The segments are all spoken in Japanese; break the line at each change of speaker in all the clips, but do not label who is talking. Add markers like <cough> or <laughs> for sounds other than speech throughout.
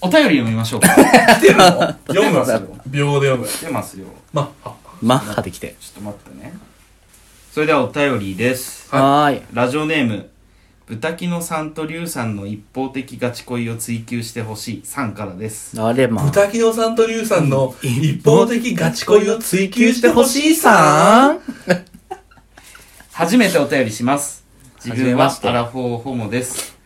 お便り読みまし
<laughs>
ょうか。
出るの読むんですよ。秒で読む。
来てますよ。
まあ、
マッハできて。
ちょっと待ってね。それではお便りです。
はーい。
ラジオネーム、豚キノさんとリュウさんの一方的ガチ恋を追求してほしいさんからです。
あれまあ。
豚木野さんと龍さんの一方的ガチ恋を追求してほしいさん。
初めてお便りします。自
初め
分
ま
は
して
アラフォーホモです。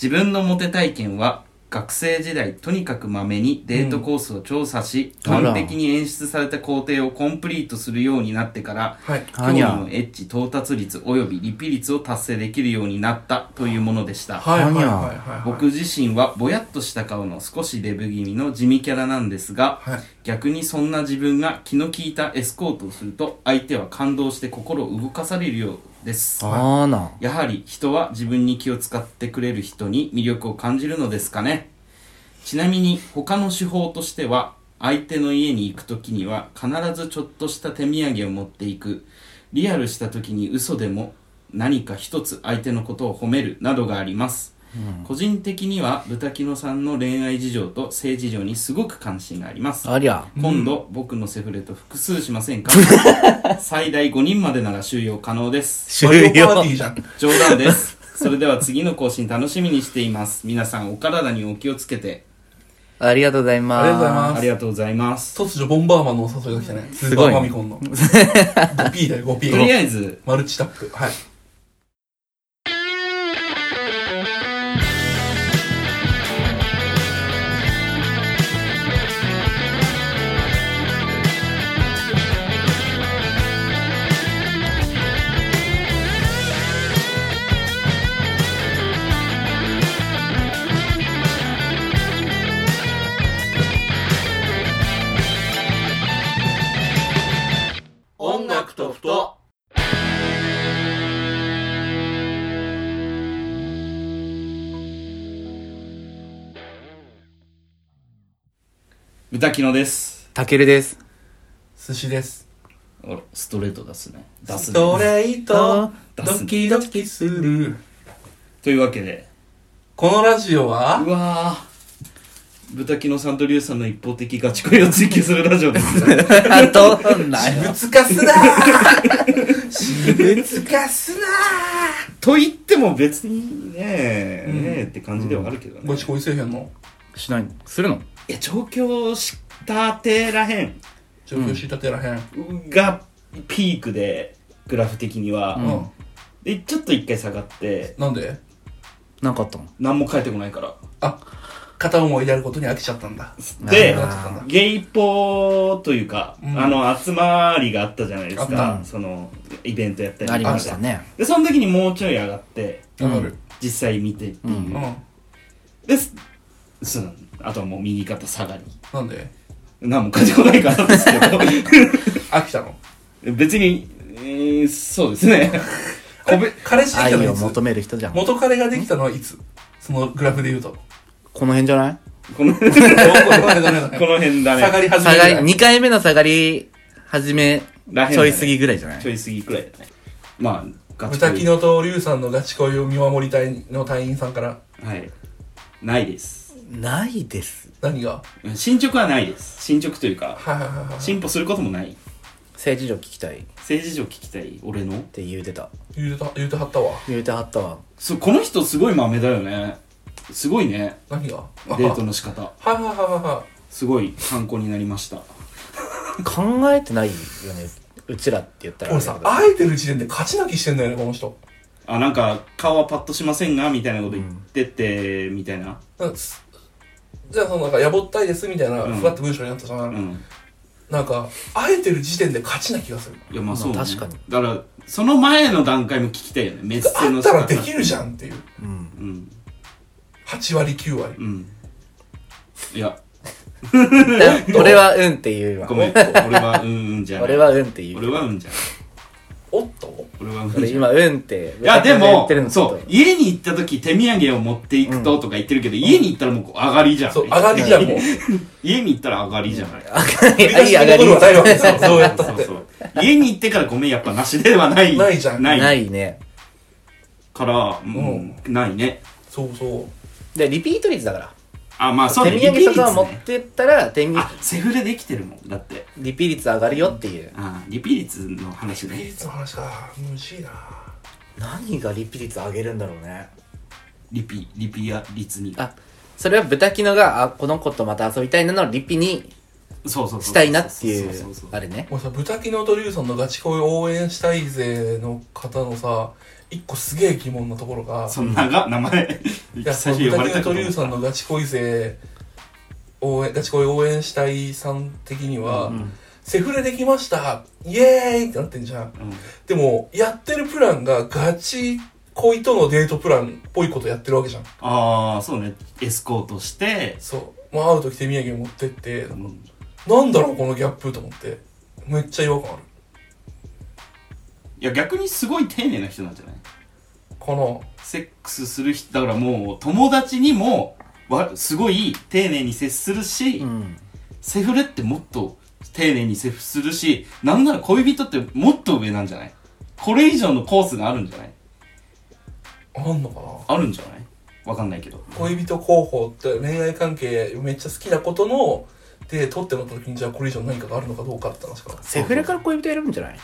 自分のモテ体験は、学生時代とにかくまめにデートコースを調査し、
うんあら
完璧に演出された工程をコンプリートするようになってから、
はい。
興
は
味
にゃ
のエッジ到達率及びリピ率を達成できるようになったというものでした。
はいはいはい
何や
はい。
僕、自身はぼやっとした顔の少しデブ気味の地味キャラなんですが、
はい。
逆にそんな自分が気の利いたエスコートをすると相手は感動して心を動かされるようです。
あーな。
やはり人は自分に気を使ってくれる人に魅力を感じるのですかね。ちなみに他の手法としては相手の家に行く時には必ずちょっとした手土産を持っていくリアルした時に嘘でも何か一つ相手のことを褒めるなどがあります、個人的には豚キノさんの恋愛事情と性事情にすごく関心があります
ありゃ。
今度、僕のセフレと複数しませんか最大5人までなら収容可能です
終
マリオパー
了
ティ。ーじゃん。
冗談ですそれでは次の更新楽しみにしています皆さんお体にお気をつけて
ありがとうございます。
ありがとうございます
ありがとうございます
突如ボンバーマンのお誘いが来たね。スーパーファミコンの。5P だよ、
とり
5P。
あえず
マルチタップ。はい。
音楽とふと
豚キノです
<laughs> たけ
<laughs>
るです。
寿司です。
あらストレート出すね出す
ス
ね
トレート、
出
ド
すね
キドキする。
というわけで
このラジオは
うわー豚キノさんとリュウさんの一方的ガチ恋を追求するラジオです <laughs> ね
どうなんよ。
ぶつかすな <laughs> ーぶつかすな
と言っても別にねえ、
うん
ねえって感じではあるけどね、
ーごちこいせえへんの
しないするの
いや調教したてらへん
状況し立てらへん。
がピークでグラフ的には、
うん
うん。
でちょっと一回下がって
なんで
なかったの
何も返ってこないから
あ、片思いやることに飽きちゃったんだ。
で
なるほど
ゲイポというか、
うん
あの集まりがあったじゃないです
あ
か
った
そのイベントやったり
あり
とか
ま
し
したたね。
でその時にもうちょい上がって
わかる。
実際見てっていう、
うん
うん。
ですそのあとはもう右肩下がり
なんで
何も返ってこないからですけ
飽きたの
ど別に、えーそうですね
あれ彼氏でき
愛
たの
を
いつ
求める人じゃん。こ
元彼ができたのはいつそのグラフで言 <laughs> うと。
の辺じゃない
このこ
こ
の辺だね
下がり始め
下
ぐ
が
ら
り、
い
2回目の下がり、始め、
らへんだね
ちょい過ぎぐらいじゃな
ちょ
い
い過ぎくらいだねまあガチ
豚
恋
木野と龍さんのガチ恋を見守り隊の隊員さんから
はいないです
ないです。
何が
進捗はないです進捗というか
はいはいはいはい
進歩することもない
政治上聞きたいっ
政治上聞きたい俺の
て言うてた。
言うてた言うてはったわ
言うてはったわ。
そうこの人すごい豆だよねすごいね
何があ
デートの仕方
はいはいはいは
すごい参考になりました
考えてないよね。うちらって言った
い
ら
俺
れだ
さ
けど。
会えてる時点で勝ち泣きしてんだよねこの人
あなんか顔はパッとしませんがみたいなこと言ってて、みたいな
なんかすじゃあそのなんかやぼったいですみたいな
うん
ふわっと文章になったじゃん、
うん
なんか会えてる時点で勝ちな気がする
いやまあそう、ね
まあ確かに
だからその前の段階も聞きたいよねメッセ
会
の
っ
仕
た
方
らできるじゃんっていう
うん。
うん
8割9割
うんいや
<laughs> だ俺はうんって言うわ
ご。めん俺はうんうんじゃない
俺はうんって言
俺
う。
はうんじゃない
おっと
俺はうんじゃな
俺
い
今うんって。
いや、で
言
も
ってる、のちょっ
そ
と
う、家に行った時手土産を持っていくととか言ってるけど、家に行ったらもうこう上がりじゃん。
そう上がりじゃんもう
家に行ったら上がりじゃない。
<laughs> いやいい上が
振り出しに戻るはないわけ
り。
さ <laughs> そうやった
そ
っ
う <laughs>
て
そう。家に行ってからごめん、やっぱなしではない。
ないじゃん
な。
ないいね。
から、うん、ないね。
そうそう
で、リピート率だから。
あまあそう
手
だね
土産とかを持
リピー率
っ
ね
てったら、手土産
あセフレできてるもんだって
リピ率上がるよっていう。
あリピ率の話
技
ね
術の話かむしいな
何がリピ率上げるんだろうね。
リピリピア率に
あ、それは豚キノが、あ、この子とまた遊びたいなのリピに
そうそうそう
したいなってい
そうそそ、
あれね。
もうさ豚キノとリュウさんのガチ恋応援したいぜの方のさ一個すげえ疑問なところが
そんなが名前
いや、そ
最初
の
呼ば
豚
れたこ
キノ
とと
リュウさんのガチ恋勢応援、ガチ恋応援したいさん的には、セフレできましたイエーイってなってんじゃん。
うん
でも、やってるプランがガチ恋とのデートプランっぽいことやってるわけじゃん。
ああそうねエスコートして
そう。まあ、会う時手土産持ってって、
うん
なんだろう、このギャップと思って。めっちゃ違和感ある。
いや逆にすごい丁寧な人なんじゃない
この、
セックスする人だからもう友達にもわすごい丁寧に接するし、
うん。
セフレってもっと丁寧に接するしなんなら恋人ってもっと上なんじゃないこれ以上のコースがあるんじゃない
あんのか
あるんじゃないわかんないけど
な恋人候補って恋愛関係めっちゃ好きなことの、で、取ってなった時に、じゃあこれ以上何かがあるのかどうかって話かな。
セフレから恋人選ぶんじゃない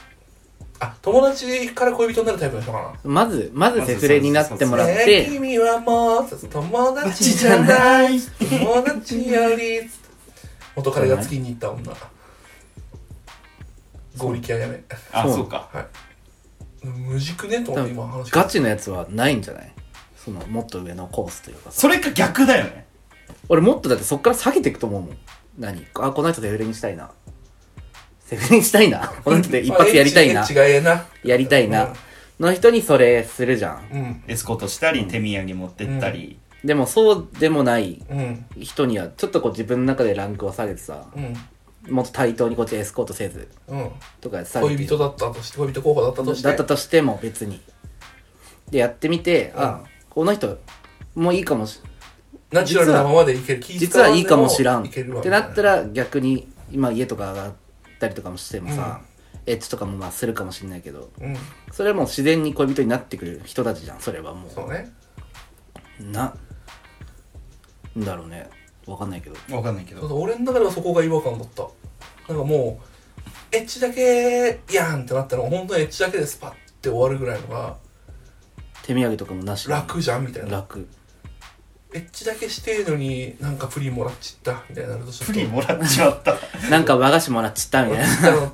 あ、友達から恋人になるタイプの人か
まず、まずセフレになっても
な。
らっ
ねえ
て、
君はもう友達じゃない。友達より。元彼が月に行った女。合力はやめ。
あ
そ
そううか
無軸ねと思って今話
ガチのやつはないんじゃないその、もっと上のコースというかさ。
それか逆だよね
俺もっとだってそっから下げていくと思うもん。何あ、この人セフレにしたいな。セフレにしたいな。 <laughs> この人で一発やりたいな。
違えな。
やりたいな。の人にそれするじゃん。
うん。
エスコートしたり手土産持ってったり、
でもそうでもない
うん。
人には、ちょっとこう自分の中でランクを下げてさ、
うん。
もっと対等にこっちエスコートせず
うん。
とか下げて。
恋人だったとして、恋人候補だったとして。
だったとしても別に。で、やってみて、あ、この人、もういいかもし、
ナチュラルなままでいける。
実はいいかもしらん。ってなった
ら、
ら逆に、今家とか上がったりとかもしてもさ、エッチとかもまあするかもしれないけど、
うん。
それはもう自然に恋人になってくる人たちじゃん、それはも
そうね。
う。な、んだろうね。わかんないけど。
わかんないけ
そうそう俺の中ではそこが違和感だったなんかもうエッチだけやんってなったら本当にエッチだけでスパッて終わるぐらいのが
手土産とかもなし。
楽じゃんみたいな
楽。
エッチだけしてるのになんかプリンもらっちったみたいになるとちょっと
プリンもらっちまった <laughs> い
なんか和菓子もらっちったみ
も
たい
らっ
な。
ちったの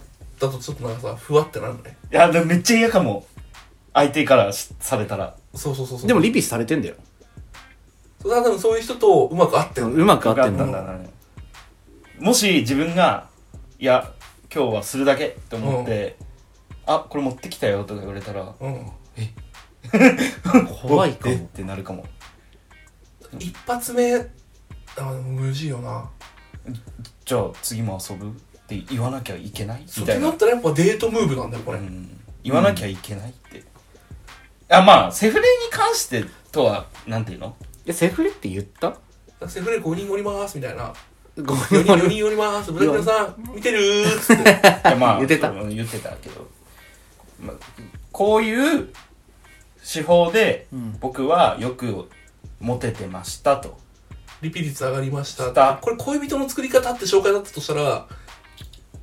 だとちょっとなんかさふわってなるね
やでもめっちゃ嫌かも相手からしされたら
そうそうそうそう
<laughs> でもリピされてんだよ。
そうだから多分そういう人とうまく合って
う
る
まく合ってん
な
だ
ん。だなもし自分が「いや今日はするだけ」って思って「あこれ持ってきたよ」とか言われたら
うん
怖いか
えっ
も。
てなるかも
一発目あ無事よな
じゃあ次も遊ぶって言わなきゃいけない
そ
み
うったて
い
な
な
っ、たらやっぱデートムーブなんだよこ
う
れ、
ん、言わなきゃいけないって、あまあセフレに関してとはなんていう
<laughs>
の
え、セフレって言った
セフレ5人おりますみたいな
ごめ
4
んご
人4
めん
人おりますブラキナさん見てるーっつって
いやまあ
言ってた
うん言ってたけど、まあ、こういう手法で
うん
僕はよくモテてましたと、
リピ率上がりました。
した
これ恋人の作り方って紹介だったとしたら、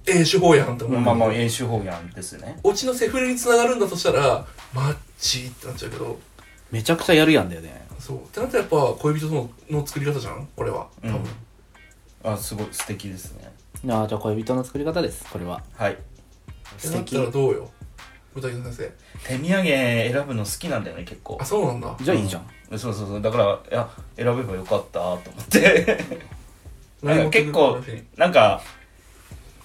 ええ手法やんって思う。
まあまあ、ええ手法やんですね。
オチのセフレに繋がるんだとしたら、マッチってなっちゃうけど、
めちゃくちゃやるやんだよね。
そう。ってなったらやっぱ恋人とのの作り方じゃんこれは。多
う
分。
んあ、すごい素敵ですね。
ああ、じゃあ恋人の作り方です、これは。
はい。
ってなったらどうよ。豚木先生。
手土産選ぶの好きなんだよね、結構
あ、。そうなんだ。
じゃあいいじゃん。
うん。そうそうそう。だから、いや、選べばよかったと思って。なん
<laughs> 何
か
持ってく
結
る
構
話に、
なんか、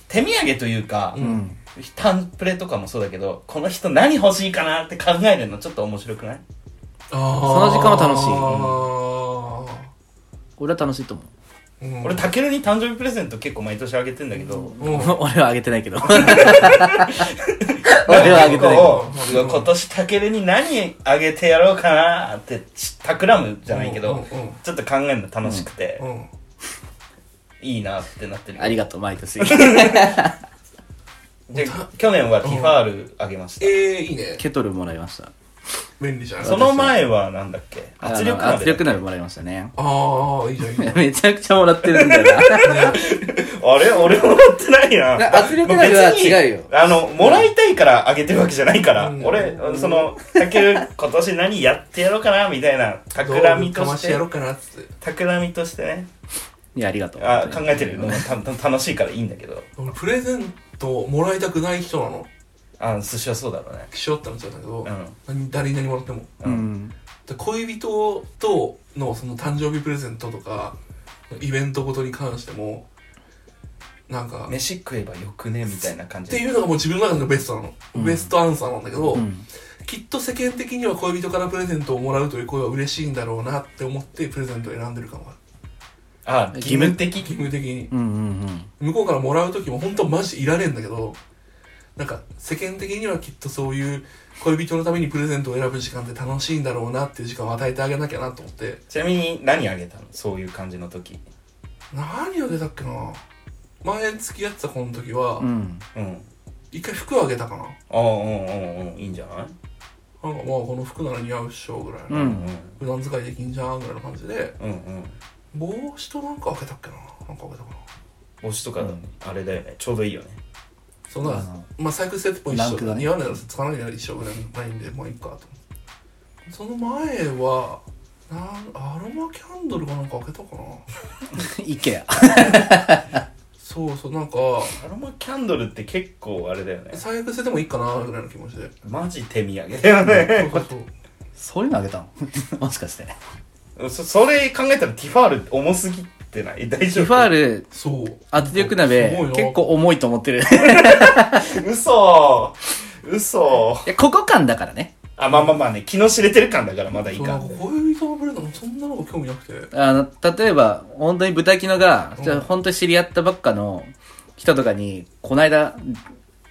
手土産というか、
う
うんん。
タンプレとかもそうだけど、この人何欲しいかなって考えるのちょっと面白くない
あー
その時間は楽しい俺は楽しいと思う。
あーうん
俺、たけるに誕生日プレゼント結構毎年あげてんだけど、
うん。
<laughs> 俺はあげてない <laughs> けど。俺はあげてないけど。
こううわ今年たけるに何あげてやろうかなって、企むじゃないけど、
うんうん
ちょっと考えるの楽しくて、
うん。うん
いいなってなってる。
ありがとう、毎 <laughs> 年。
で去年はティファールあげました。
ええ、いいね。
ケトルもらいました。
便利じゃない
そ
そ
の
の
前
前はなんだっけ圧力
あの
鍋
圧力鍋もらいましたね
ああいいじゃんいいじゃん
めちゃくちゃもらってるんだよ <laughs> な
あれ俺もらってないな
な圧力鍋は違うよ
まあ別にあのもらいたいからあげてるわけじゃないから、
うん
俺そのたける今年何やってやろうかなみたいな企み
どうか
と
ま
し
してや
て
ろうかなっつって
企みとしてね
いやありがとう
あ考えてるよたた楽しいからいいんだけど
俺プレゼントもらいたくない人なの
あ寿司はそうだろうね
しようってなっちゃったんだけど、
う、
何誰に何もらっても
うん
うん
ん
で恋人とのその誕生日プレゼントとかイベントごとに関してもなんか、
飯食えばよくねみたいな感
っ
じ
て
で
いうのがもう自分の中のベストなの、
うん
ベストアンサーなんだけど、
うん
きっと世間的には恋人からプレゼントをもらうという声は嬉しいんだろうなって思ってプレゼントを選んでるかもある
あ義務的
義務的に
うんうん
向こうからもらう時も本当マジいらねえんだけどなんか世間的にはきっとそういう恋人のためにプレゼントを選ぶ時間って楽しいんだろうなっていう時間を与えてあげなきゃなと思って
ちなみに何あげたのそういう感じの時
何あげたっけな前付き合ってた子の時は、
うんう
う
ん
ん
一回服あげたかななんか
ああうんうんうんいいんじゃない
まあこの服なら似合うっしょぐらいの、
う
うん
普段使いできんじゃんぐらいの感じで
うんうん
帽子となんか開けたっけななんか開けたかな
帽子とかあれだよね、ちょうどいいよね
そんな
あの
まあサイクルステップも
ラン
一
ク
緒
がね
似合わないならつかないなら一緒ぐらいのラインでまあいいかと思ってその前はなんアロマキャンドルかなんか開けたかな
IKEA
そうそうなんか
アロマキャンドルって結構あれだよね
最悪捨ててもいいかなぐらいの気持ちで
マジ手土産だよね
そうそうそう
そういうのあげたの <laughs> もしかして
そそれ考えたらティファール重すぎてない大丈
テ
夫
ィファール
そう
圧力鍋
すごいな
結構重いと思ってる <laughs>
ル嘘嘘
いやここ感だからね
あまあまあまあね気の知れてる感だからまだいい
そうな
か
んか恋人のプレゼントそんなのが興味なくて
あの例えば本当に豚キノが
うん
じゃあ本当に知り合ったばっかの人とかにこないだ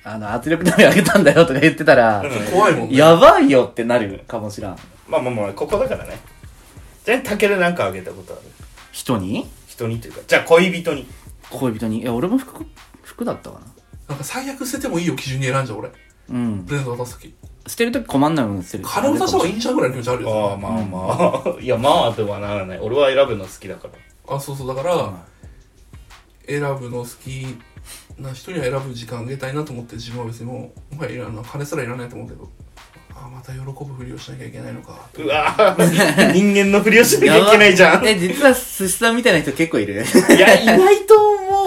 あの圧力鍋あげたんだよとか言ってたら、
うん
怖いもんね
やばいよってなるかもしらん
まあまあまあここだからねじゃあタケルなんかあげたことある
人に
人にというかじゃあ恋人に
恋人にいや俺も服服だったかな
なんか最悪捨ててもいいよ基準に選んじゃう俺
うん
プレゼント渡す時
捨てるとき困んないもん捨てる
金渡した方がいいんじゃんぐらいの気持ちあるよ
ああまあまあ、 <laughs> いやまあとはならない俺は選ぶの好きだから
あそうそうだから、選ぶの好きな人には選ぶ時間あげたいなと思って自分は別にもうもはやいらんな金すらいらないと思うけどあまた喜ぶふりをしなきゃいけないのか
うわー人間のふりをしなきゃいけ <laughs> ないじゃん
え実は寿司さんみたいな人結構いる
いや、いないと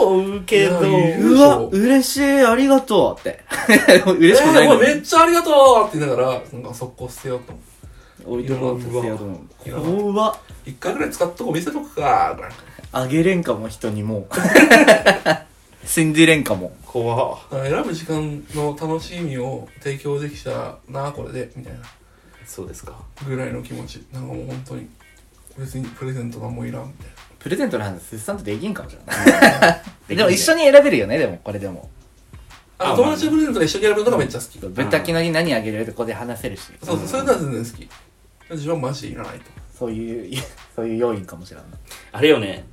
思うけど。
いやいる
うわ嬉しいありがとうって <laughs>
え
嬉しくない
ー、
の
お
に
いめっちゃありがとうって言いながらなんか速攻捨てようと思う
置いてもらって捨てようと思
いうや
怖っ
一回ぐらい使っとこ見せとくかぐらい
あげれんかも人にもう <laughs> 信じれんかも
怖っ
だから選ぶ時間の楽しみを提供できたなこれでみたいな
そうですか。
ぐらいの気持ちなんかもう本当に別にプレゼントなんもいらんみたいな
プレゼントの話寿司さんとできんかもしれない
で
<laughs> でも一緒に選べるよねでもこれでも
あ
あ
友達のプレゼントが一緒に選ぶのがめっちゃ好き、
豚キノに何あげれるってここで話せるし
そうそうそれなら全然好き自分はマジでいらないと
そういうそういう要因かもしれない
あれよね、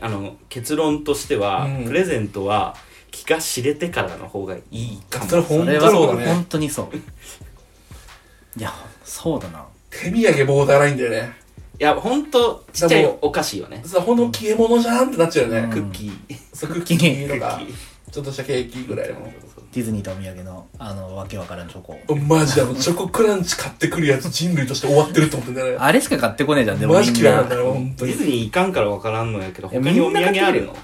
あの、結論としては、
うん
プレゼントは、気が知れてからの方がいいかも。
それ本
それ
当
は
そうだね
本当にそういやそうだな
手土産ボーダーラインだよね
いや、ほんと、ちっちゃいお菓子よね。
さほんと消え物じゃんってなっちゃうよね、
うん
クッキー。
そうクッキーとか
クッキー
ちょっとしたケーキぐらいの
ディズニーとお土産のあのわけわからんチョコ
マジであのチョコクランチ買ってくるやつ人類として終わってると思ってんだよね
あれしか買ってこねえじゃんでも
マジ
みん
嫌いな
なん
だよ本当
ディ
に
ズニー行かんからわからんのやけど、
いや
他にお土
みんな買って
産あ
くる
る
よ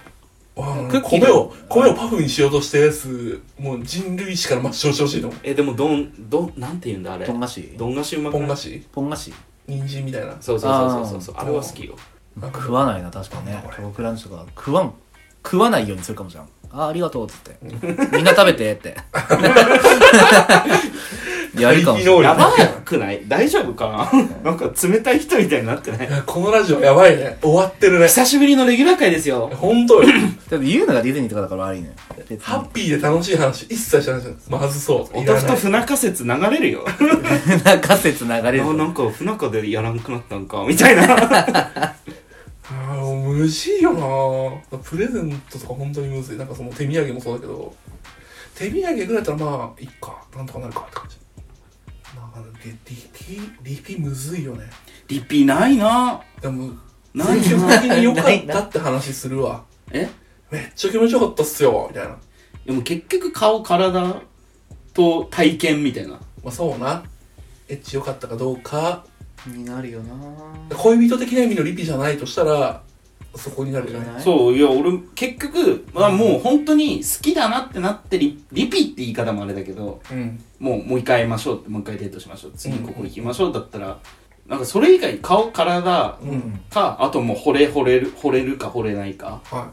の
わあ
クッキー
米を米をパフにしようとしたやつもう人類史から抹消してほしいと思
え、でも、どん、どん、なんて言うんだ、あれ。
ポン
ど
菓子
ん菓子うま
う
く
ポン
ない
菓子
ポン菓子
人参みたいな
そうそうそうそうそう。
あ
あれは好きよ。
なんか
食わないな確かにね
なんだこれ
チョコクランチとか食わん食わないようにするかもしれんあーありがとうっつってみんな食べてって
<laughs>
やるかもしれん
能
や
力
ばくない大丈夫かななんか冷たい人みたいになってない
いやこのラジオやばいね終わってるね
久しぶりのレギュラー会ですよ。
本当よ
でも言うのがディズニーとかだから悪いね別に
ハッピーで楽しい話一切しないじゃんまずそういらない
不仲説流れるよ。
中説流れる
あなんか不仲でやらなくなったんか、みたいな。
ああ、もう無事よなプレゼントとか本当にむずい。なんかその手土産もそうだけど、手土産ぐらいだったらまあ、いっか、なんとかなるかって感じ。なんかねリリピリピむずいよね
リピないな
でも
な
積
い
極
な
的に良かったって話するわ
え
めっちゃ気持ちよかったっすよみたいなま
でも結局顔体と体験みたいな
あそうなエッチ良かったかどうか
になるよな
恋人的な意味のリピじゃないとしたらそこになるじゃない
はい
そういや俺結局、まあ、もう本当に好きだなってなってリリピって言い方もあれだけど
うん
もうもう一回会いましょうってもう一回デートしましょう次ここ行きましょうだったらなんかそれ以外顔体
うん
かあともう惚れ惚れる惚れるか惚れないか
は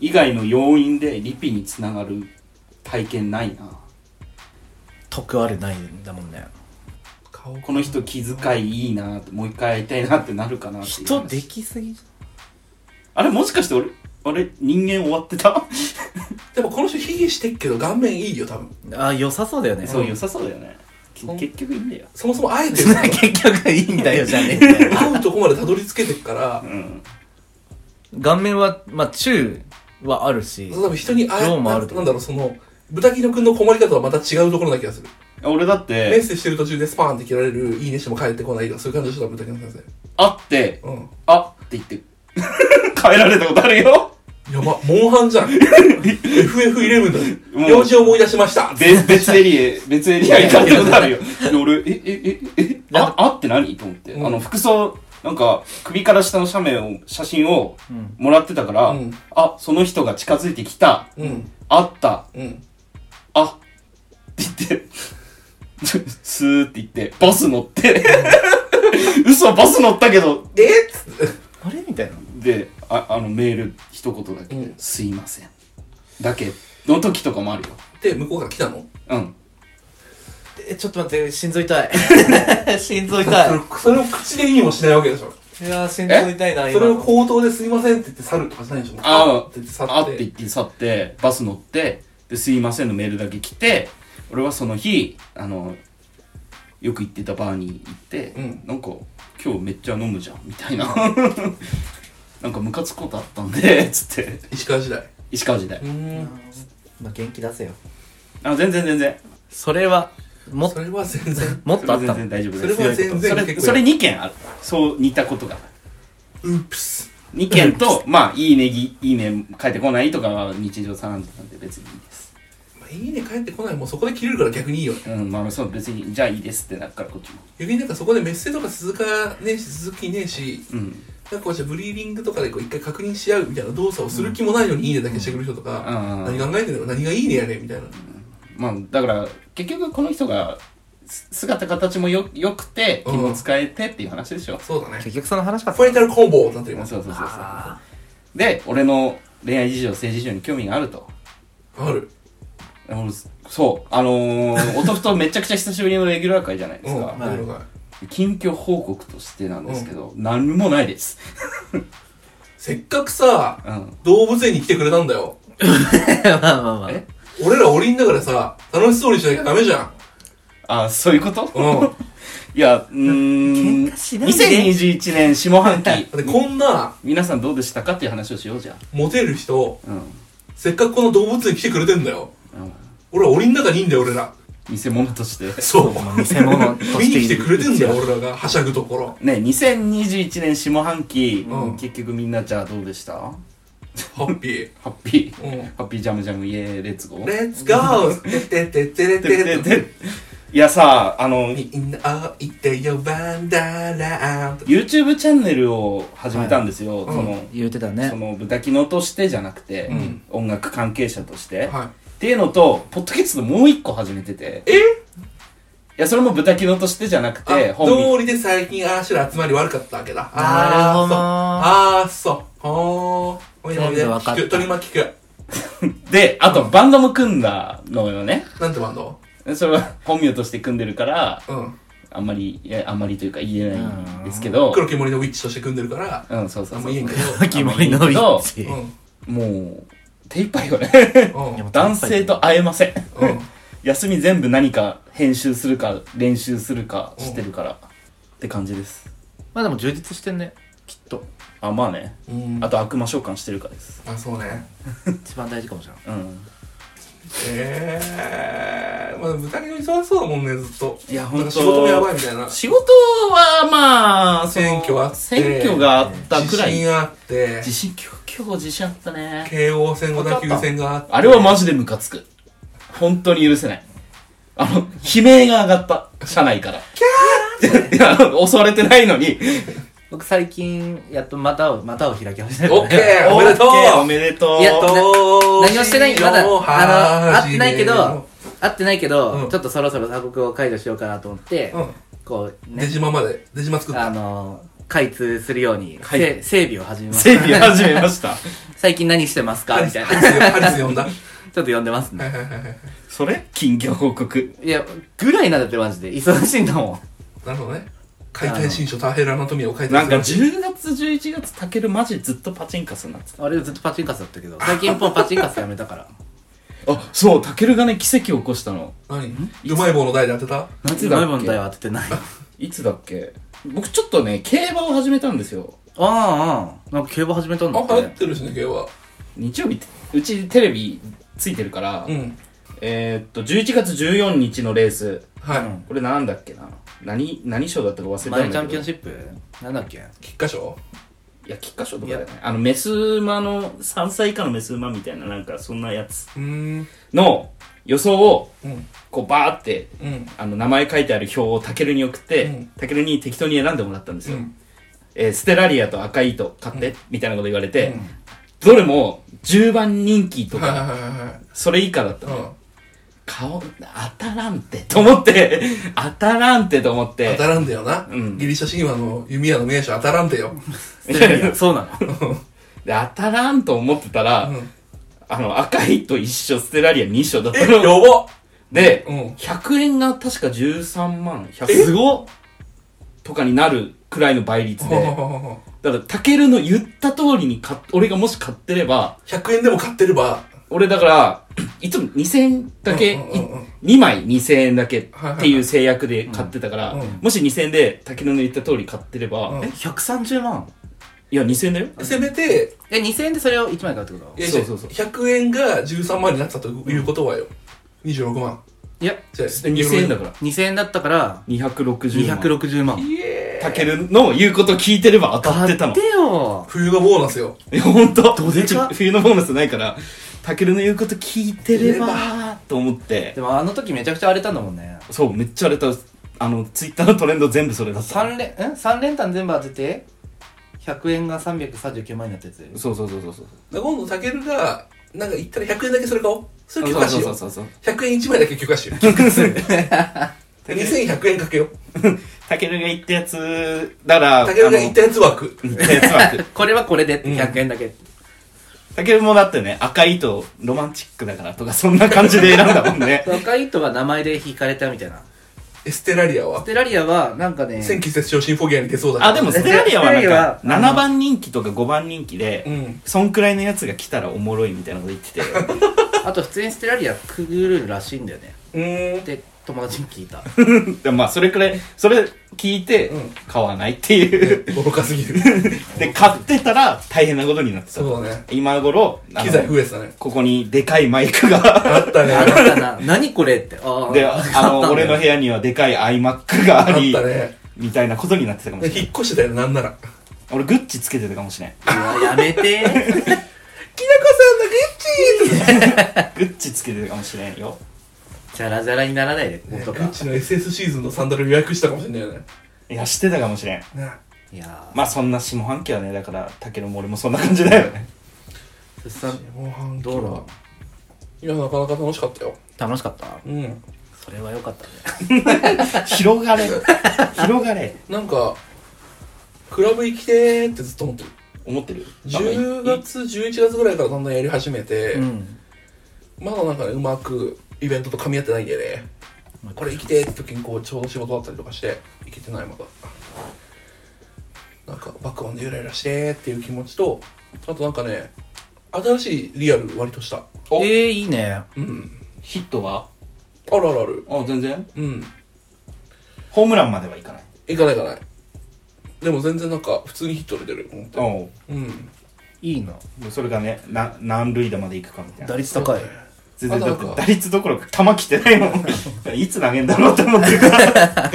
以外の要因でリピにつながる体験ないな
得あるないんだもんね
い顔
この人気遣いいいなってもう一回会いたいなってなるかなっていう
人できすぎ
あれもしかして俺あれ人間終わってた
でもこの人ヒゲしてっけど顔面いいよ多分
あ良さそうだよね
そう良さそうだよねき
うん
結局いいんだよ
そもそもあえ
<laughs>
てるから
<laughs> 結局いいんだよじゃねえんだよ
<laughs> 会うとこまでたどり着けてっから
うん
顔面はまあ中はあるし
多分人にあえ
量もあ
な
る
ん
と
だろうその豚キノ君の困り方はまた違うところな気がする
俺だっ
メッ
て
セージしてる途中でスパーンって切られるいいねしても帰ってこないとかそういう感じでしょ多分豚キノ君先
会って
生うん
あって言って <laughs> 変えられたことあるよ
やばモンハ
<laughs>
ンじゃん FF11 だ
もう
よ用事を思い出しました
別別エリア、別エリア行かれたことあるよ。 <laughs> で、俺、え、え、え、え、あ、あって何と思って。
うん
あの、服装、なんか、首から下の写メを、写真を
うん
もらってたから、
うん
あ、その人が近づいてきた、
うん
あった、
うん
あ、って言って、 <laughs> スーって言って、バス乗って、 <laughs> 嘘、バス乗ったけど、
えっつって
あれみたいな
で、ああの、メール、一言だけ、
うん
すいません。だけ、の時とかもあるよ。
で向こうから来たの
うん。
えちょっと待って心臓痛い <laughs> 心臓
そ
痛
れそれを口で意味もしないわけでしょ
いいやー心臓痛いな
そ
今
れを口頭ですいませんって言って去るとかじゃないでしょ
あー
って言って去って
あって言って去って、バス乗って、で、すいませんのメールだけ来て、俺はその日、あの、よく行ってたバーに行って、
うん
なんか、今日めっちゃ飲むじゃん、みたい
<laughs>
な。なんかムカつくことあったんで、つって、
石川時代
石川時代。
ん
まあ元気出せよ
あ、全然全然。
それはも
それは全然
もっとあっ
それ
た
は全然
の
大丈夫
そ
で
れ
す。
は全
そ
然
れ、それ2件ある。そう、似たことが。
うっぷす
2件 <laughs> と、まあ、いいねぎ、いいね、返ってこないとかは日常茶飯事なんで別にいいです。
まあいいね帰ってこないもうそこで切れるから逆にいいよね
うん、まあ、そう、別に、じゃあいいですってなるから、こっちも。
逆になんかそこでメッセとか続かねえし続きねえし
うん。
なんかこうじゃブリーディングとかでこう一回確認し合うみたいな動作をする気もないのにいいねだけしてくる人とか、
あー
何考えてんの何がいいねやねんみたいな、
まあ、だから、結局この人が、す姿形もよ、良くて、気も使えてっていう話でしょ。
そうだね
結局その話か <laughs>
ファイナルコンボになっています
そうそうそうそう。
あ
で、俺の恋愛事情、性事情に興味があると。
ある
俺そう、あの <laughs> ー、弟とめちゃくちゃ久しぶりのレギュラー会じゃないです
うん
か。
なるほど
近況報告としてなんですけど、何もないです。
せっかくさ
うん。
動物園に来てくれたんだよ
ーまあまあまあ
え
俺ら檻の中でさ楽しそうにしなきゃダメじゃん
あ、そういうこと
うんだ
いや、うーん。
喧嘩しないで
2021年下半期。
ってこんな
皆さんどうでしたかっていう話をしようじゃ
モテる人
あ。うん。
せっかくこの動物園来てくれてんだよ
うん。
俺ら檻の中にいいんだよ俺ら
偽物として。
そう
まあ見せ物と
<laughs> 見
し
に来て
て
くれてんだよ
いる
俺らがはしゃぐとこ
<laughs>
ろ
ね2021年下半期、
うん
結局みんなじゃあどうでしたハ
ハッピ
ッピー
ーうん
ハッピージャムジャムイエーレッツゴー
レッ <laughs> ツゴーてててて
て
て
て
て
ていやさあの
みんなおいでよバンダラーン
YouTube チャンネルを始めたんですよ、
はい
その、
言うてた
そ
<laughs> ね
の豚キノとしてじゃなくて、
うん
音楽関係者として、
は
っていうのとポッドキャストもう一個始めてて
え
いやそれも豚キノとしてじゃなく
い
て
あ
本名
道理で最近あーしら集まり悪かったわけだ
なるほど
あーそうあーそうほーおいおいで
全部わかった
聞く取り巻き聞
であとバンドも組んだのよね
くなんてバンド
それは本名として組んでるから
うん
あんまり、いやあんまりというか言えないんですけど、
黒木森のウィッチとして組んでるから
うん、そうそう
あん
そ
ま
う。
言えんけど
キモいのびち
うん
もう、手一杯よ
<laughs>
ね。
うん
男性と会えません。
うん
休み全部何か編集するか、練習するかしてるから。って感じです。
まあでも充実してんねきっと
あ、まあね。
うん
あと悪魔召喚してるかです。
あそうね
一番大事かもしれない
うん。
ええー、まあでも二人も忙しそうだもんね、ずっと。
いや
なん
本
か
当
仕事もやばいみたいな。
仕事はまあその
選挙あって
選挙があったくら
地
い
震あって、
地震今日今日地震あったね
慶応戦後打球戦があって。
あれはマジでムカつく本当に許せないあの悲鳴が上がった車内からキャーいやあの襲われてないのに
僕最近、やっと股を、股を開きました
オッケーお
おめ
めで
で
と
と
う
うおめでとう
いやな <laughs> 何
何
もしてないまだ、あの、会ってないけど、会ってないけど、ちょっとそろそろ鎖国を解除しようかなと思って、
うん。
こう、
出
ね、
島まで、出島作っ
あ
た。
の、開通するように、
はい
せ整備を始めま
整
した。
備始めました
最近何してます
ハ
か
リ
み
ス、
たい
ハ
な。
リ
ちょっ
ス、ハリス呼ん
<laughs>
だ。は
と呼んでます
い
ね。
はいはいはい。
それ近況報告
いや、ぐらいなんだってマジで。忙しいんだもん。
なるほどね。解体新書、ターヘルアナトミーを解体
なん
す
か
る。
10月11月たけるマジずっとパチンカスになって
あれずっとパチンカスだったけ <laughs> ど、最近もうパチンカスやめたから。
たあそうたけるがね奇跡を起こしたの
何うまい棒の台で当てた
夏
夏
だっ
だ
け
っ問題は当ててない。あ
いつだっけ僕ちょっとね競馬を始めたんですよ
あ、ああなんか競馬始めたんだ
あ、
っ。
流行っててるしね、系は。
日曜日うちテレビついてるから、
うん。
えー、っと11月14日のレース
はい。
うん
これなんだっけな何何賞だったか忘れ
マ
た
イ
ん
チャ
だけ
ンピオ
ど
ンシップなんだっけ
菊花賞
いや菊花賞とかだよねあのメス馬の
3歳以下のメス馬みたいななんかそんなやつ
うーん。
の予想を
うん。
こうバーって
うん。
あの名前書いてある表をタケルに送って、
うん
タケルに適当に選んでもらったんです
う
よ、
ん。
えーステラリアと赤い糸買って、みたいなこと言われて、どれも10番人気と
はいはい
か、
はいは
それ以下だったの
い。う
よ、
ん。
顔、当たらんてと思って、当たらんてと思って
当、たらんだよな、
うん
ギリシャ神話の弓矢の名手当たらんでよ、
そうなの。
で当たらんと思ってたら、
うん
あの、赤い糸一緒、ステラリア2緒だった
や
の。
ばっ
で、
うん
100円が確か13万、
す
100
ごっ
とかになるくらいの倍率
ほ <laughs> うほう
で、
ほうほうほ
だから、タケルの言った通りに買っ、俺がもし買ってれば、
う100円でも買ってれば
俺だから、 <clears throat> いつも2000円だけ、
うんうんうんうん
2枚2000円だけっていう制約で買ってたから、
うんうん
もし2000円で竹野の言った通り買ってれば、
うん
え
<laughs> え、130万
いや2000円だよ
せめて
え、2000円でそれを1枚買うってこと
いや
そうそうそう
100円が13万になってたということはよ、26万
いや、
じゃあ
2000円だから
2000円だったから、
260万
260万。
たけるの言うこと聞いてれば当たってたの
買ってよ
冬のボーナスよ
いや本当
どで
う
か
ち冬のボーナスないからたけるの言うこと聞いてればと思って
でもあの時めちゃくちゃ荒れたんだもんね。
そうめっちゃあれたあのツイッターのトレンド全部それだった
3連、ん ?3 連単全部当てて、100円が339万円になったやつ。
そうそうそうそうそう
だから今度タケルがなんか行ったら100円だけそれ買おうそれ許
そう
可し
そう
よ
そううそうそう
100円1枚だけ許
<laughs>
可しよう許可する2100円かけよう
タケルが言ったやつ
だから
タケルが行ったやつ枠
あの言ったやつ
<laughs>
枠
これはこれでって100円だけ。。
たけるもだってね、赤い糸、ロマンチックだからとか、そんな感じで選んだもんね
<laughs> 赤い糸は名前で引かれたみたいな。
エステラリアは
ステラリアは、なんかね、
千季節賞シンフォギアに出そうだから
あ、でも、ステラリアはなん
ステラリアは
か、7番人気とか5番人気
う
で、
ん
そんくらいのやつが来たらおもろいみたいなこと言ってて。 <laughs>
あと普通にステラリアくぐるらしいんだよね。
うーん
って友達に聞いた。
でもまあ、それくらい、それ聞いて
うん、
買わないっていう。
愚かすぎる
で、買ってたら大変なことになってた。
そうだね
今頃、あの
機材増えてたね
ここにでかいマイクが。
<laughs> あったね
あったな、何これって。ああ。
で、あの、俺の部屋にはでかい iMac が
あ
あ
った
り、
ね
みたいなことになってたかもしれない。
引っ越してたよなんならきなこ
俺、グッチつけてたかもしれ
<laughs>
ない。
いややめて。
さんのグッチ
グッチつけてたかもしれんよ。
じゃらじゃらにならないで、
ね
音
グ
が
ッ。チの SS シーズンのサンダル予約したかもしれないよね
いや、してたかもしれん。
ね
いや
まあそんな下半期はね、だから、タケルも俺もそんな感じだよ
<laughs>
ね。
ー、絶賛、
下半期
道路
は、いやなかなか楽しかったよ
楽しかった
うん
それは良かったね。
広がれ。
<laughs>
広がれ。
なんかクラブ行きてーってずっと思ってる
思ってる
10
なんかい
月11月ぐらいからだんだんやり始めて、
うん。
まだなんかねうまくイベントと噛み合ってないんだよねこれ生きてって時にこうちょうど仕事だったりとかして生きてないまだなんか爆音でゆらゆらしてっていう気持ちとあとなんかね新しいリアル割とした
お
ええ、いいね。
うん
ヒットは
あるあるある
あ、全然。
うん
ホームランまではいかない。
いかないいかないでも全然なんか普通にヒット出てると思って
お
うん
いいな。
うそれがね、な何塁打までいくかみたいな
打。率高い。
全然だっ
あ
て
となんか
打率どころか球来てないもん <laughs> いつ投げんだろうと思ってるから
なんか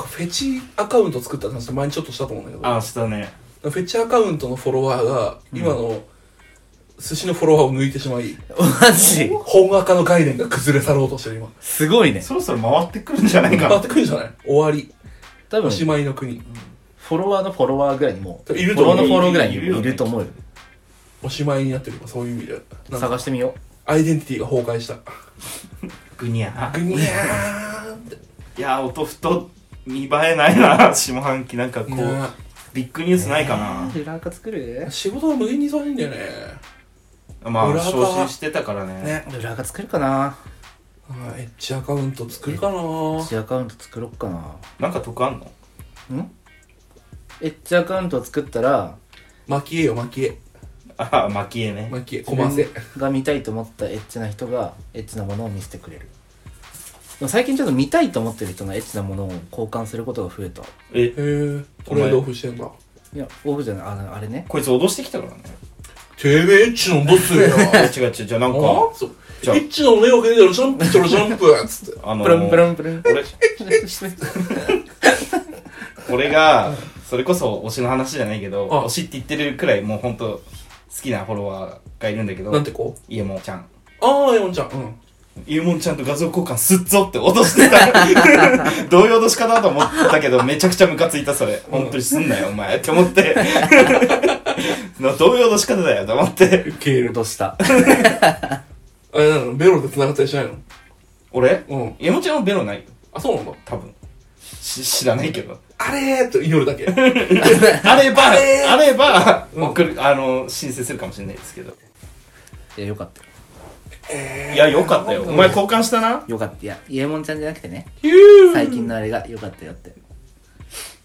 フェチアカウント作った話前にちょっとしたと思うんだけど
あしたね
フェチアカウントのフォロワーが今の寿司のフォロワーを抜いてしまい、
マジ
本アカの概念が崩れ去ろうとしてる今
すごいね。
そろそろ回ってくるんじゃないか
回っ
な
てくるんじゃない終わり
多
お
分、
し
フ
まいの国
ォロワーのフォロワーぐらいにもう、
いる
フォ
と
ロワ
思
ーの
う
フォローぐらいに
いるよね
いると思うよ。
おしまいになってる今そういう意味でなんか
探してみよ
アイデンティティが崩壊した
グニャー
グニャーンって
いやー音ふと見栄えないな下半期なんかこう
ね
ビッグニュースないかな
う。、裏垢作る
仕事が無限に忙しいんだよね
まあ
裏側
昇進してたからね
ね
裏垢作るかな
あエッジアカウント作るかな
エッジアカウント作ろっかな
なんか得あんの
エッジアカウントを作ったら、
巻き絵よ巻き絵
ああき絵ね
巻き絵コマセ
が見たいと思ったエッチな人がエッチなものを見せてくれるでも最近ちょっと見たいと思ってる人のエッチなものを交換することが増えたい
え
へえトレードオフしてんだ
やオフじゃないあのあれね
こいつ脅してきたからね
てめえエッチなんだっすよ
違う違う違うなんか
あそう
じゃあ
エッチの目をかけたらジャンプしたらジャンプつって
あの
プルンプルンプ <laughs> ルン
俺俺がそれこそ推しの話じゃないけど
あ
推しって言ってるくらいもうほんと好きなフォロワーがいるんだけど
なんてこう
イエモンちゃん
ああエモンちゃんうん
イエモンちゃんと画像交換すっぞって脅して
<laughs>
たどういう脅し方だと思ったけどめちゃくちゃムカついたそれ本当にすんなよお前って思って <laughs> などういう脅し方だよと思って
ウケる
脅した
あれなのベロで繋がったりしないの
俺
うん
イエモンちゃんはベロないよ
あそうなんだ
多分し知らないけど
あれーと祈るだけ
あれば、あれば、
うん
送る、あの、申請するかもしれないですけど。
いやよかったよ
いや、よかったよ。お前交換したな
よかったいやイエモンちゃんじゃなくてね
<laughs> ヒュー
最近のあれがよかったよって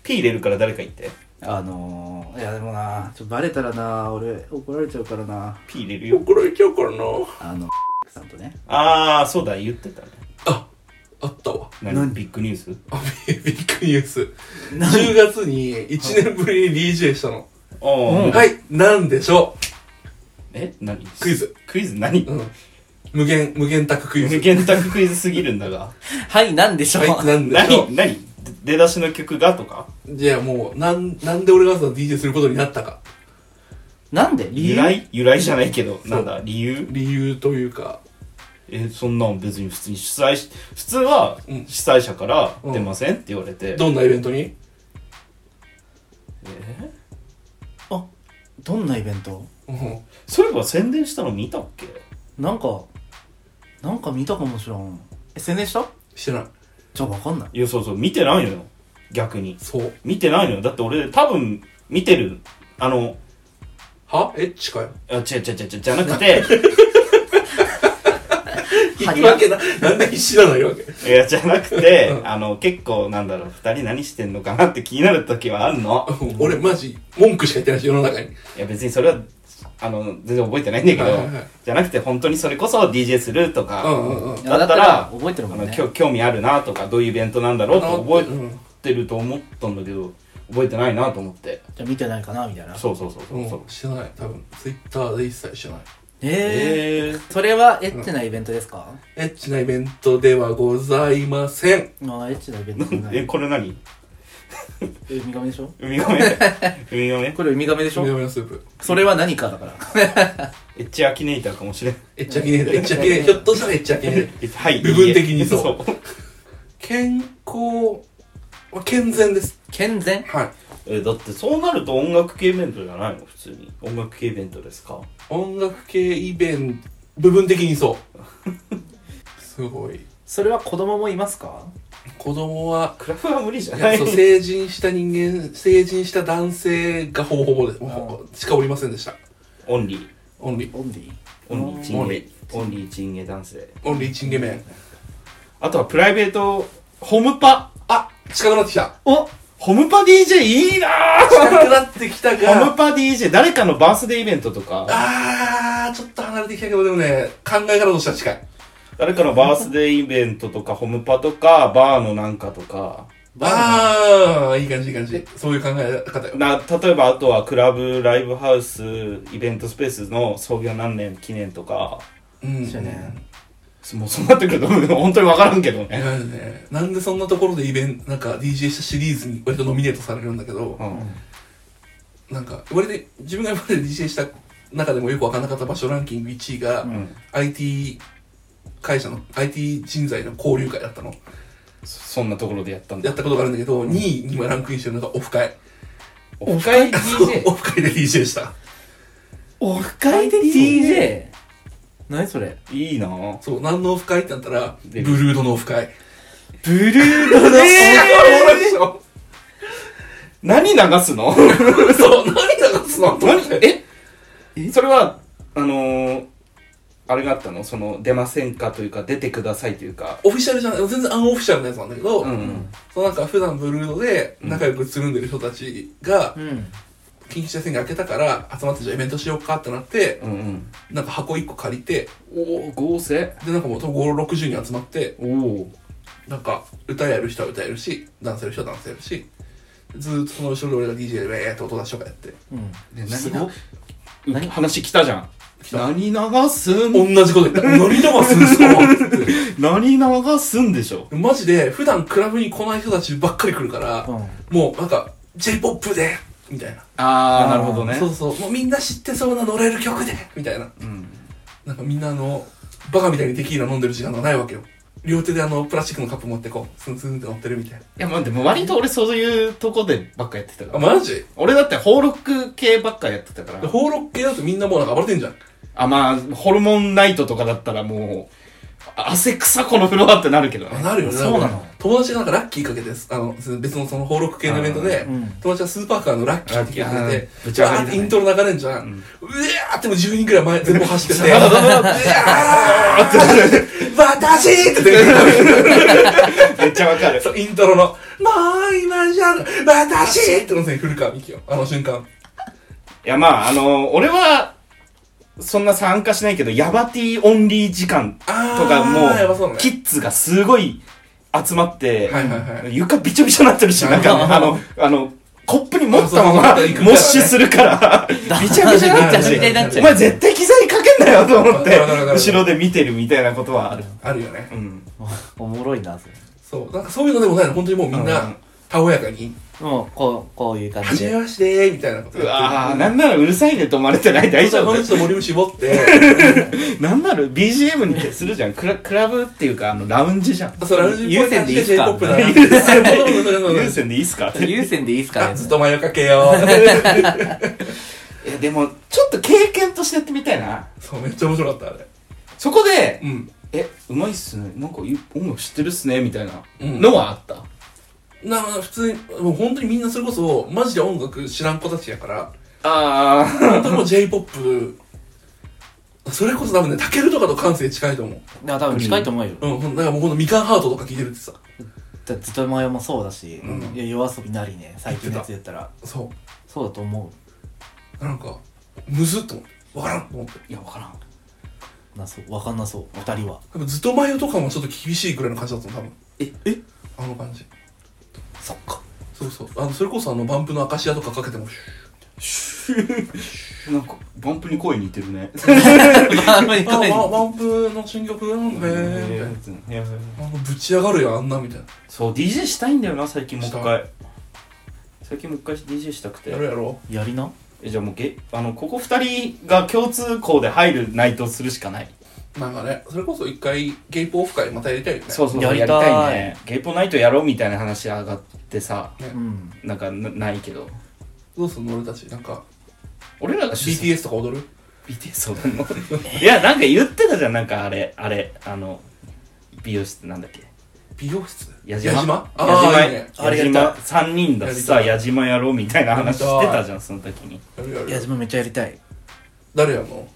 ピー入れるから誰か言って。
あのー、いやでもなちょっとバレたらな俺怒られちゃうからな
ピー入れるよ。
怒られちゃうからな
あのさんとね
あー、そうだ、言ってたね。
ああったわ
何ビッグニュース
あビビッグニュース10月に1年ぶりに DJ したの
あー、
うん
はいなんでしょ
え何
クイズ。
クイズ何
う、うん、無限無限卓クイズ
無限卓クイズすぎるんだが。
はいなんでしょう、
はいなんでしょ
何何出だしの曲がとか
うじゃあもうなんなんで俺がさ DJ することになったか
なんで理
由
由
来由来じゃないけど、なんだ、理由
理由というか
え、そんなん別に普通に主催し、普通は
うん
主催者から
うん
出ませんって言われて。
どんなイベントに
え
どんなイベント
うん
そういえば宣伝したの見たっけ
なんかなんか見たかもしらんえ宣伝した
してない
じゃあわかんない
いや、そうそう、見てないのよ。逆に。
そう
見てないのよ。だって俺、多分、見てる。あの、
はエッチかよ
あ、違う違う違う違う、じゃなくて、
<laughs> 行くわけななんで必死なのよわけ
いや、じゃなくて
う、ん
あの、結構、なんだろう、二人何してんのかなって気になる時はあるの。
うん俺マジ文句しか言ってないし世の中に
いや、別にそれは、あの、全然覚えてないんだけど
はいはいはい、
じゃなくて、本当にそれこそ DJ すると
う
か、
んうんうん
だったら
覚えて
あ
るもん
の、
ね
きょ興味あるなとか、どういうイベントなんだろうと
う
覚
ん
えてると思ったんだけど、覚えてないなと思って。
じゃあ見てないかなみたいな
そうそうそう
う
そう。
んしてない多分ツイッターで一切してない
ええ
えー、
それはエッチなイベントですか、
エッチなイベントではございません
ああエッチなイベントじゃな
え、
い
これ何
えウミガメでしょ
ウ
<laughs>
ミガメウミガメ
これウミガメでし
ウミ
ょ
ガメのスープ
それは何かだから
エッチアキネイターかもしれん。
エッチャキネーターエッチャキネーターひょっとしたらエッチャキネーター
はい。
部分的にそう
そう。
健康は健全です
健全
はい
え、だってそうなると音楽系イベントじゃないの普通に。音楽系イベントですか
音楽系イベント部分的にそうすごい
それは子供もいますか
子供は
クラブは無理じゃ
い
な
や
い
そう成人した人間成人した男性がほぼほぼでもうしかおりませんでした
オンリー。
オンリー
オンリー
オンリーチン
オンリ
ゲ。オンリーチンゲ男性。
オンリーチンゲメン
あとはプライベート、ホムパ。
あ近くなってきた
おホムパ DJ いいな
近くなってきた
ホム
が
パ DJ、誰かのバースデーイベントとか、
あーちょっと離れてきたけどでもね考え方としては近い
誰かのバースデーイベントとか、ホムパとか、バーのなんかとか、
あーいい感じいい感じそういう考え方よ
な例えばあとはクラブライブハウスイベントスペースの創業何年記念とか
うん
そうね
もうそうなってくると本当に分からんけど
い
ね、
やね、なんでそんなところでイベント、なんか DJ したシリーズに割とノミネートされるんだけど
う、ん、
なんか、割と自分が今まで DJ した中でもよくわからなかった場所ランキング1位が、
うん
IT 会社の、IT 人材の交流会だったの。
そそんなところでやったん
や
だ
ったことがあるんだけど、2位に今ランクインしてるのがオフ会。
オフ会
<laughs> オフ会で DJ した。
オフ会で DJ? 何それ
いいなぁ
そう、何のオフ会ってなったら、ブ
で
ルードのオフ会。 <laughs>
ブルードの、
そう
何流す <laughs> の
そう、何流すの
何えそれはあのー、あれがあったのその出ませんかというか出てくださいというか
オフィシャルじゃない、全然アンオフィシャルなやつなんだけど、
うん、うん、
そうなんか普段ブルードで仲良くつるんでる人たちが、
うん、
緊急事態宣言明けたから集まってじゃあイベントしようかってなって、
うんうん
なんか箱1個借りて、
おお合成
でなんかもう5、60人集まって、
おお
なんか歌やる人は歌やるし、ダンスやる人はダンスやるし、ずーっとその後ろで俺が DJ でウェーって音出しとかやって、
うん。
す
何
ご
が
何
話来たじゃん
来た
何流すん
同じこと言った。乗り飛ばすんすよって
何流すんでしょ
マジで普段クラブに来ない人たちばっかり来るから、
うん
もうなんか J-POP で、みたいな。
あ
ー
あなるほどね
そうそう、もうみんな知ってそうな乗れる曲で、みたいな。
うん
なんかみんなあの、バカみたいにテキーラ飲んでる時間がないわけよ。両手であの、プラスチックのカップ持ってこう、スンスンって乗ってるみたいな。
いやまあでも割と俺そういうとこでばっかやってた
あ、
から
マジ
俺だって放ロック系ばっかやってたから
放浪系だとみんなもうなんか暴れてんじゃん。
あ、まあ、ホルモンナイトとかだったらもう、汗臭このフロアってなるけど
あ
ね。
<laughs> なるよね。
そうなの
んか友達がなんかラッキーかけて、あの、その別のその放浪系のイベントで、
うん
友達がスーパーカーのラッキーって聞いてて
あ、ぶち上
わ
がり
ー
だね
ってイントロ流れんじゃん。うわーってもう10人くらい前、全部走ってて、うわー私って出てくる。
めっちゃわかる。
そう、イントロの、もう今じゃん、私ってのせいに来るか、ミキよ。あの瞬間。
いや、まあ、あの、俺は、そんな参加しないけど、ヤバティオンリー時間と
あー
か
やば
も
そう
う、
だね
キッズがすごい集まって、
はいはいはい。
床びちょびちょになってるし、なんか、あの、あの、コップに持ったまま、モ
あそうそうそう
ッシュするから、びちゃびちゃになってる
ダメ
し
みたいになっちゃ
お
う
前絶対機材かけんなよと思って
わかるわかるわ、かる
後ろで見てるみたいなことはある。
あるよね
う。ん。
おもろいな、それ。
そう。なんかそういうのでもないの。本当にもうみん
う、
なんたおやかに、
もう、こう、こういう感
は
じ
じめ
で。
ましてみたいなこと
うわ
や
ー
って
な
る。
んならうるさいねと思われてない
そ
大
した
丈
らこの
夫
人ボリューム絞って、
<laughs>
なんなら BGM に徹するじゃんクラクラブっていうかあのラウンジじゃん
そう、ラウンジに
優先でいいっすか
J-POP だな。優
<laughs>
先
<laughs>
優先でいいっすかって
優先でいいっすか
あ、
ね。
ずっと迷いかけよう。
<laughs>
いやでもちょっと経験としてやってみたいな
そう、めっちゃ面白かった、あれ。
そこで
うん。
「えうまいっすねなんかいい音楽知ってるっすね」みたいな
うん
のはあった、
な普通に、もう本当にみんなそれこそ、マジで音楽知らん子たちやから、
ああ
本当にもう J-POP、それこそ多分ね、タケルとかと感性近いと思う。
いや、多分近いと思うよ。
うん、ほんだからもうこのみかんハートとか聞いてるってさ。
だって、ずっと前もそうだし
うん、
いや夜遊びなりね、最近のやつやったら。
そ
そうだと思
う。なんか、むずっと思って。わからんと思って。
<laughs> いやわからん
う。な、そう。わかんなそう、二人は。
多分ずっと前よとかもちょっと厳しいくらいの感じだったの、多分。
ええ
あの感じ。
そっか。
そうそう。あの、それこそあの、バンプのアカシアとかかけても、シュー
なんかバンプに声似てる <laughs> ね
まあ、まあ
あ、バ
ま
バンプの新曲なんだね、みたいな。あのぶち上がるよ、あんな、みたいな。
そう DJ したいんだよな最近もう一
した
回最近もう一回 DJ したくて
やろうやろ
あやりな。
えじゃあもうげあのここ二人が共通項で入るナイトをするしかない、
う。なんかね、それこそ一回、ゲイポオフ会またやりたいよね。
そうそう
や
や
り
り
たい
たいねゲイポナイトやろうみたいな話上がってさ
うん。
なんかなないけど
どうすんの俺たち。なんか、
俺らが主催
BTS とか踊る
BTS そうなの <laughs> いやなんか言ってたじゃんなんかあれあれあの美容室なんだっけ
美容室
矢島
矢島
矢
あ
島
ーいいね
あれ
矢
やり
島
たい
3人だしさ
やりた
矢島やろうみたいな話してたじゃんその時に
やるやる
矢島めっちゃやりたい。
誰やんの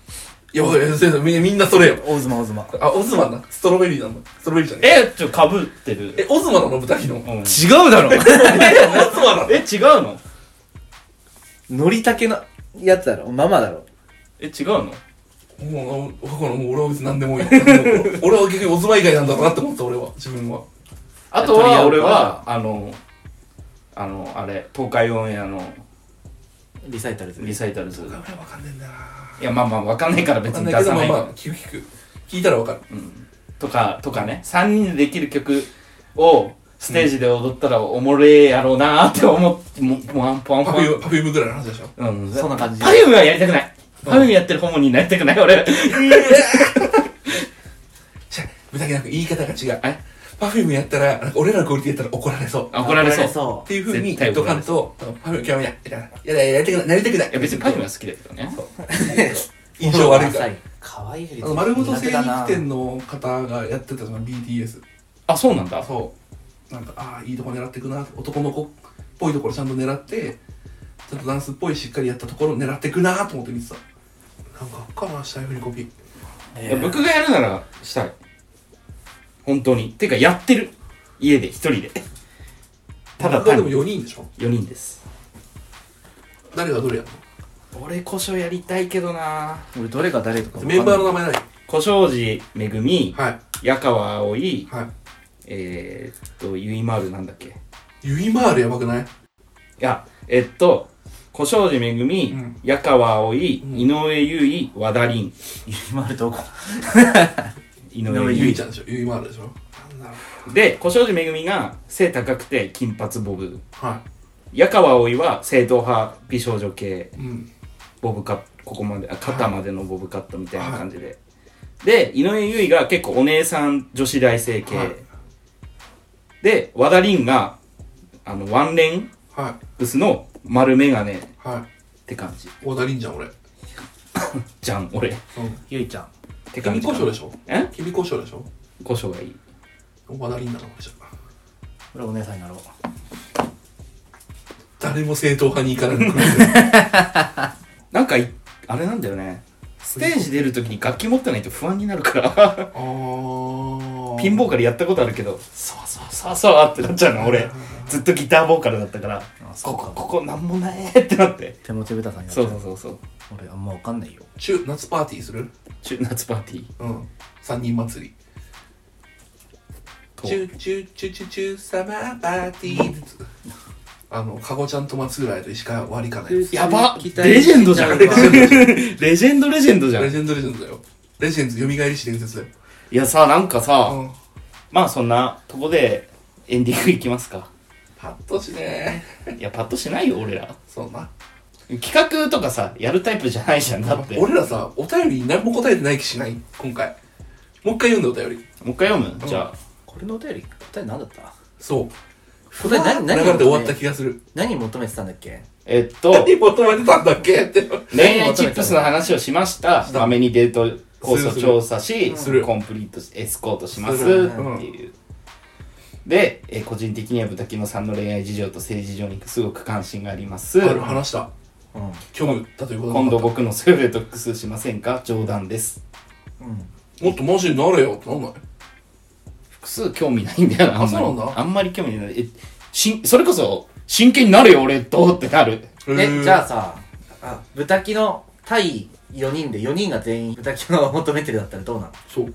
いや、俺、先生、みみんなそれよ。
大妻大妻。
あ、オズマンだ。ストロベリーなんだ。ストロベリーじゃね
えちょかぶってる
え。え、オズマなの豚ヒの。
うん
違うだろ
オズマなの
え違うの
のりたけのやつだろママだろ
え違うの
もう、僕の、もう俺は別に何で <laughs> もいい。俺は逆にオズマ以外なんだろうなって思った、俺は。自分は。
あとは
取
俺
り合うか
はあのあのあれ東海オンエアの
リサイタルズ
リサイタルズ
俺はわかんねえんだよな。
いやまあまあわかんないから別
わかん
に
ないけ
出
ど、
さな
まあ
い
ま
か
あ
ら、
聞く聞く。聞いたらわかる。
とか、とかね、3人でできる曲をステージで踊ったらおもれえやろうなーって思って、ももうワンポワンポ
パ
ワ
フ
ン
ューム、パフュームぐらいの話でしょ。
うん、
そんな感じ
パフュームはやりたくない。パフュームやってる本人になりたくない、俺。
じゃあ、無駄げなく言い方が違う
え。
パフュームやったら、なんか俺らのクオリティやったら怒られそう。
怒られそう。
っ
そ
ていう風に
絶対
言っと
怒ら
か
れ
んと、パフューム極めない。やだ、やりたくない。なりたくない。
いや、別にパフュームは好きだけどね。
印象悪いから。
可愛い振り
あの丸ごと精肉店の方がやってたのが BTS
あ、そうなんだ。
そうなんかああいいとこ狙っていくな男の子っぽいところちゃんと狙ってちょっとダンスっぽいしっかりやったところを狙っていくなと思って見てたなんかあっかな下振りコピ
いや僕がやるならしたい。本当に。てか、やってる。家で、一人で。ただ
で
単
も
に。
4人でしょ
4人です。
誰がどれやる
俺、故障やりたいけどな
俺どれが誰とか
の
わかんない
メンバーの名前何
小障寺めぐみ、
はい
矢川葵、
はい
えー、っと、ゆいまるなんだっけ。い
ユイマールやばくない
や、えっと、小障寺めぐみ
うん、
矢川葵、
うん
井上優衣、和田凛。
ゆりまるどこ
井
ユ
上優衣
イちゃんでしょユイマールでしょなんだろう
で、小障寺めぐみが背高くて金髪ボブ。
は
矢川葵は正統派美少女系。
いうん
ボブカットここまであ肩までのボブカットみたいな感じで、で井上結衣が結構お姉さん女子大生系、
はい
で和田凛があのワンレン
は
薄の丸眼鏡っ
いはい
て感じ
小田凛じゃん俺うん
じゃん俺っ
ゆいちゃん
て感
君
じか
胡
な
椒でしょ
え
君胡椒でしょ
胡椒がいい
小田凛だな俺じゃあ
俺お姉さんになろう
誰も正統派に行かなく <laughs>
なんかいあれなんだよねステージ出るときに楽器持ってないと不安になるから
<laughs> あ
ピンボーカルやったことあるけどそうそうそうそうってなっちゃうの俺ずっとギターボーカルだったから
あそ
こ
う
こ
か
ここなんもないってなって
手持ち豚さんになっちゃ
そううそうそうそう
俺あんまわかんないよ
中夏パーティーする
中夏パーティー
うん三人祭り
と
チューチューチューチューチューサマーパーティーってあのかごちゃんと松浦と石川割りかないやつ
やば
期待
レジェンド
<laughs>
じゃん
レジェンド
レジェンドレジェンドじゃん
レ
い
ジェンドレジェンドだよレジェンド蘇りし伝説だよ
やさなんかさ、
うん
まあそんなとこでエンディングいきますか
パッとしね
いやパッとしないよ俺ら
そんな
企画とかさやるタイプじゃないじゃんだってもう
俺らさお便り何も答えてない気しない今回もう一回読んでお便り
一回読むじゃあ
これのお便り答え何だった
そう
答え何
流
何
れて終わった気がする
何求めてたんだっけ
えっと
何求めてたんだっけって
恋愛チップスの話をしました
た
ダメにデートコースを
するする
調査し
する
コンプリートしエスコートしますっ
す
て
るうん
いうで、えー個人的には豚キノさんの恋愛事情と政治事情にすごく関心があります
ある話した
うんうん
虚無だということ
今
だ
度
った
僕のセーブデトックスしませんか冗談です
もっとマジになれよってなんない
複数興味ないんだよなあんまり
あそうなんだ
あんまり興味ないえしんそれこそ真剣になるよ俺とってなる
へ
え
ー
じゃあさあ豚キの対4人で4人が全員豚キノを求めてるだったらどうなの
そう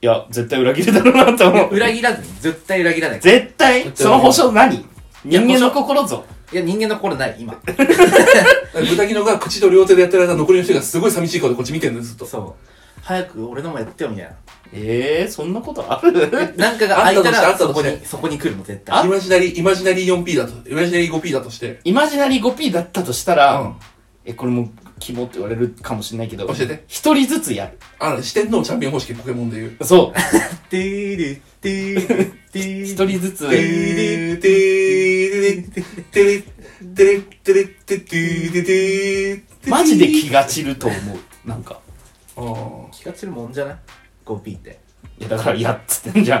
いや絶対裏切るだろうなと思う
裏切らずに絶対裏切らないい
絶対その保証何人間の心ぞ
や人間の心ない
<laughs>
今
豚キノが口と両手でやってる間残りの人がすごい寂しい顔でこっち見てるんですずっと
そう早く俺のもやってよみたいな
えー、そんなことある
<laughs>
なんかが開いた
あ
ら
った
そ
と
こ
してあったとして
にそこに来るの絶
イ
対
マジナリーイマジナリー 4P だとイマジナリー 5P だとして
イマジナリー 5P だったとしたら、
うん
えこれも希望って言われるかもしれないけど
教えて
一人ずつやる
あの四天王チャンピオン方式ポケモンで言う
そう
てーるてーるて
一
ーる
人ずつ
てれてれてれてれてれてれてれてれ
<laughs> マジで気が散ると思うなんか
あー
気が散るもんじゃない 5P って
いやだからやっつってんじ
<laughs>
ゃん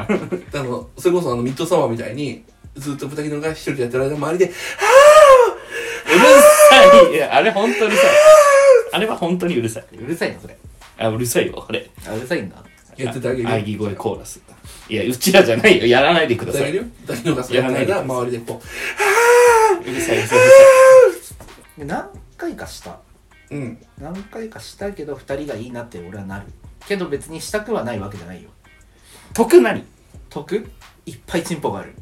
あのそれこそあのミッドサマーみたいにずっと豚キノが一人でやってる間周りで
うるさいいやあれ本当うるさいあれは本当にうるさいう
るさいのそれ
あうるさいよあれ
あうるさいんだ
やっててあげる
喘ぎ声コーラスいやうちらじゃないよやらないでくだ
やって
さ
あ
い
げ
う
るよ豚キノがそうやってる間周りでこ
るさいうるさいうる
で何回かした
ううん
何回かしたけど2人がいいなって俺はなるけど別にしたくはないわけじゃないよ
さい得何
得いっぱいチンポがある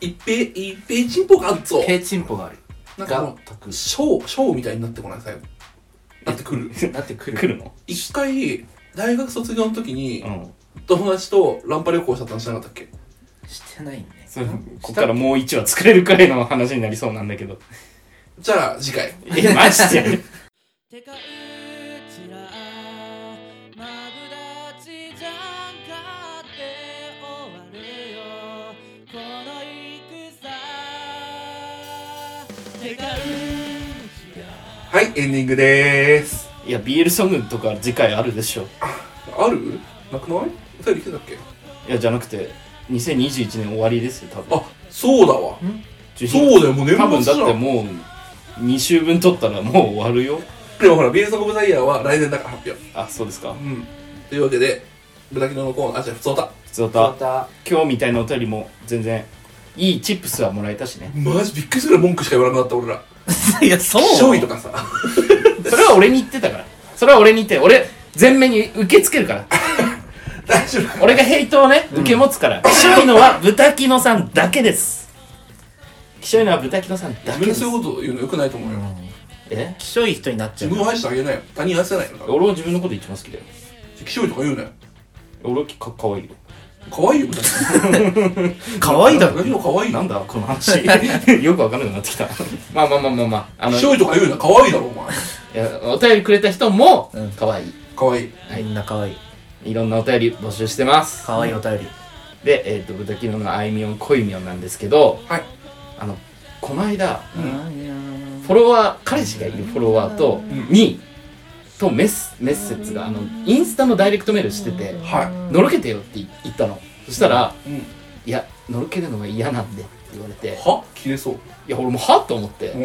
一平一平チンポがあっぞ
低チンポがある
なんかあ
が
の
<laughs>
得
ショー、ショーみたいになってこない最後。なってくる。
なってくる
来るの
一回、大学卒業の時に
うん
友達とランパ旅行したって話しなかったっけ
してないね
そうこっからもう一話作れるくらいの話になりそうなんだけど
じゃあ次回
えマジで
てかうちらマブダチじゃんかって終わるよこの戦てかうちら
はいエンディングでーす
いや BL ソングとか次回あるでしょ
あるなくない二人来てたっけ
いやじゃなくて2021年終わりですよ多分
あそうだわ
受
そ
信
うだよもう年
多分
末
だ
じ
っ
ゃ
て
ん
もう2週分撮ったらもう終わるよ
でもほらビールソングオブザイヤーは来年だから発表
あそうですか
うんというわけでブラキノのコーナーあじゃあ普通だ
普通
ま
だ
た
今日みたいなお便りも全然いいチップスはもらえたしね
マジびっくりするぐらい文句しか言わなくなった俺ら
<laughs> いやそう
勝利とかさ
それは俺に言ってたからそれは俺に言って俺全面に受け付けるから
大丈夫か
俺がヘイトをね受け持つからひしょいのは豚キノさんだけですひしょいのは豚キノさんだけ
自分
で
ですそういうこと言うのよくないと思うよ、
え
きしょい人になっち
自
ゃう
分を愛してあげなよ他人愛せないよだから
俺は自分のこと一番好きだよ
気象とか言うなよ
俺はかかわいいよ
可愛いよ別に
可愛いだろ
ブラキノ可愛い
な
よ
んだこの <laughs> 話よくわかんなくなってきたまあまあまあまあまああの
気象とか言うな可愛いだろお前
いやお便りくれた人も
うん
可愛い
可愛い
みんな可愛い
いろんなお便り募集してます
可愛いお便り
でえっ、と豚キノのあいみょん恋みょんなんですけど、
はい
あのこの間
うん
フォロワー彼氏がいるフォロワーと、
ん
にとメスメッセージがあのインスタのダイレクトメールしてて
は
「のろけてよ」って言ったのそしたら
いうん
「いやのろけるのが嫌なんで」って言われて
は切れそう
いや俺もはっと思って、
うん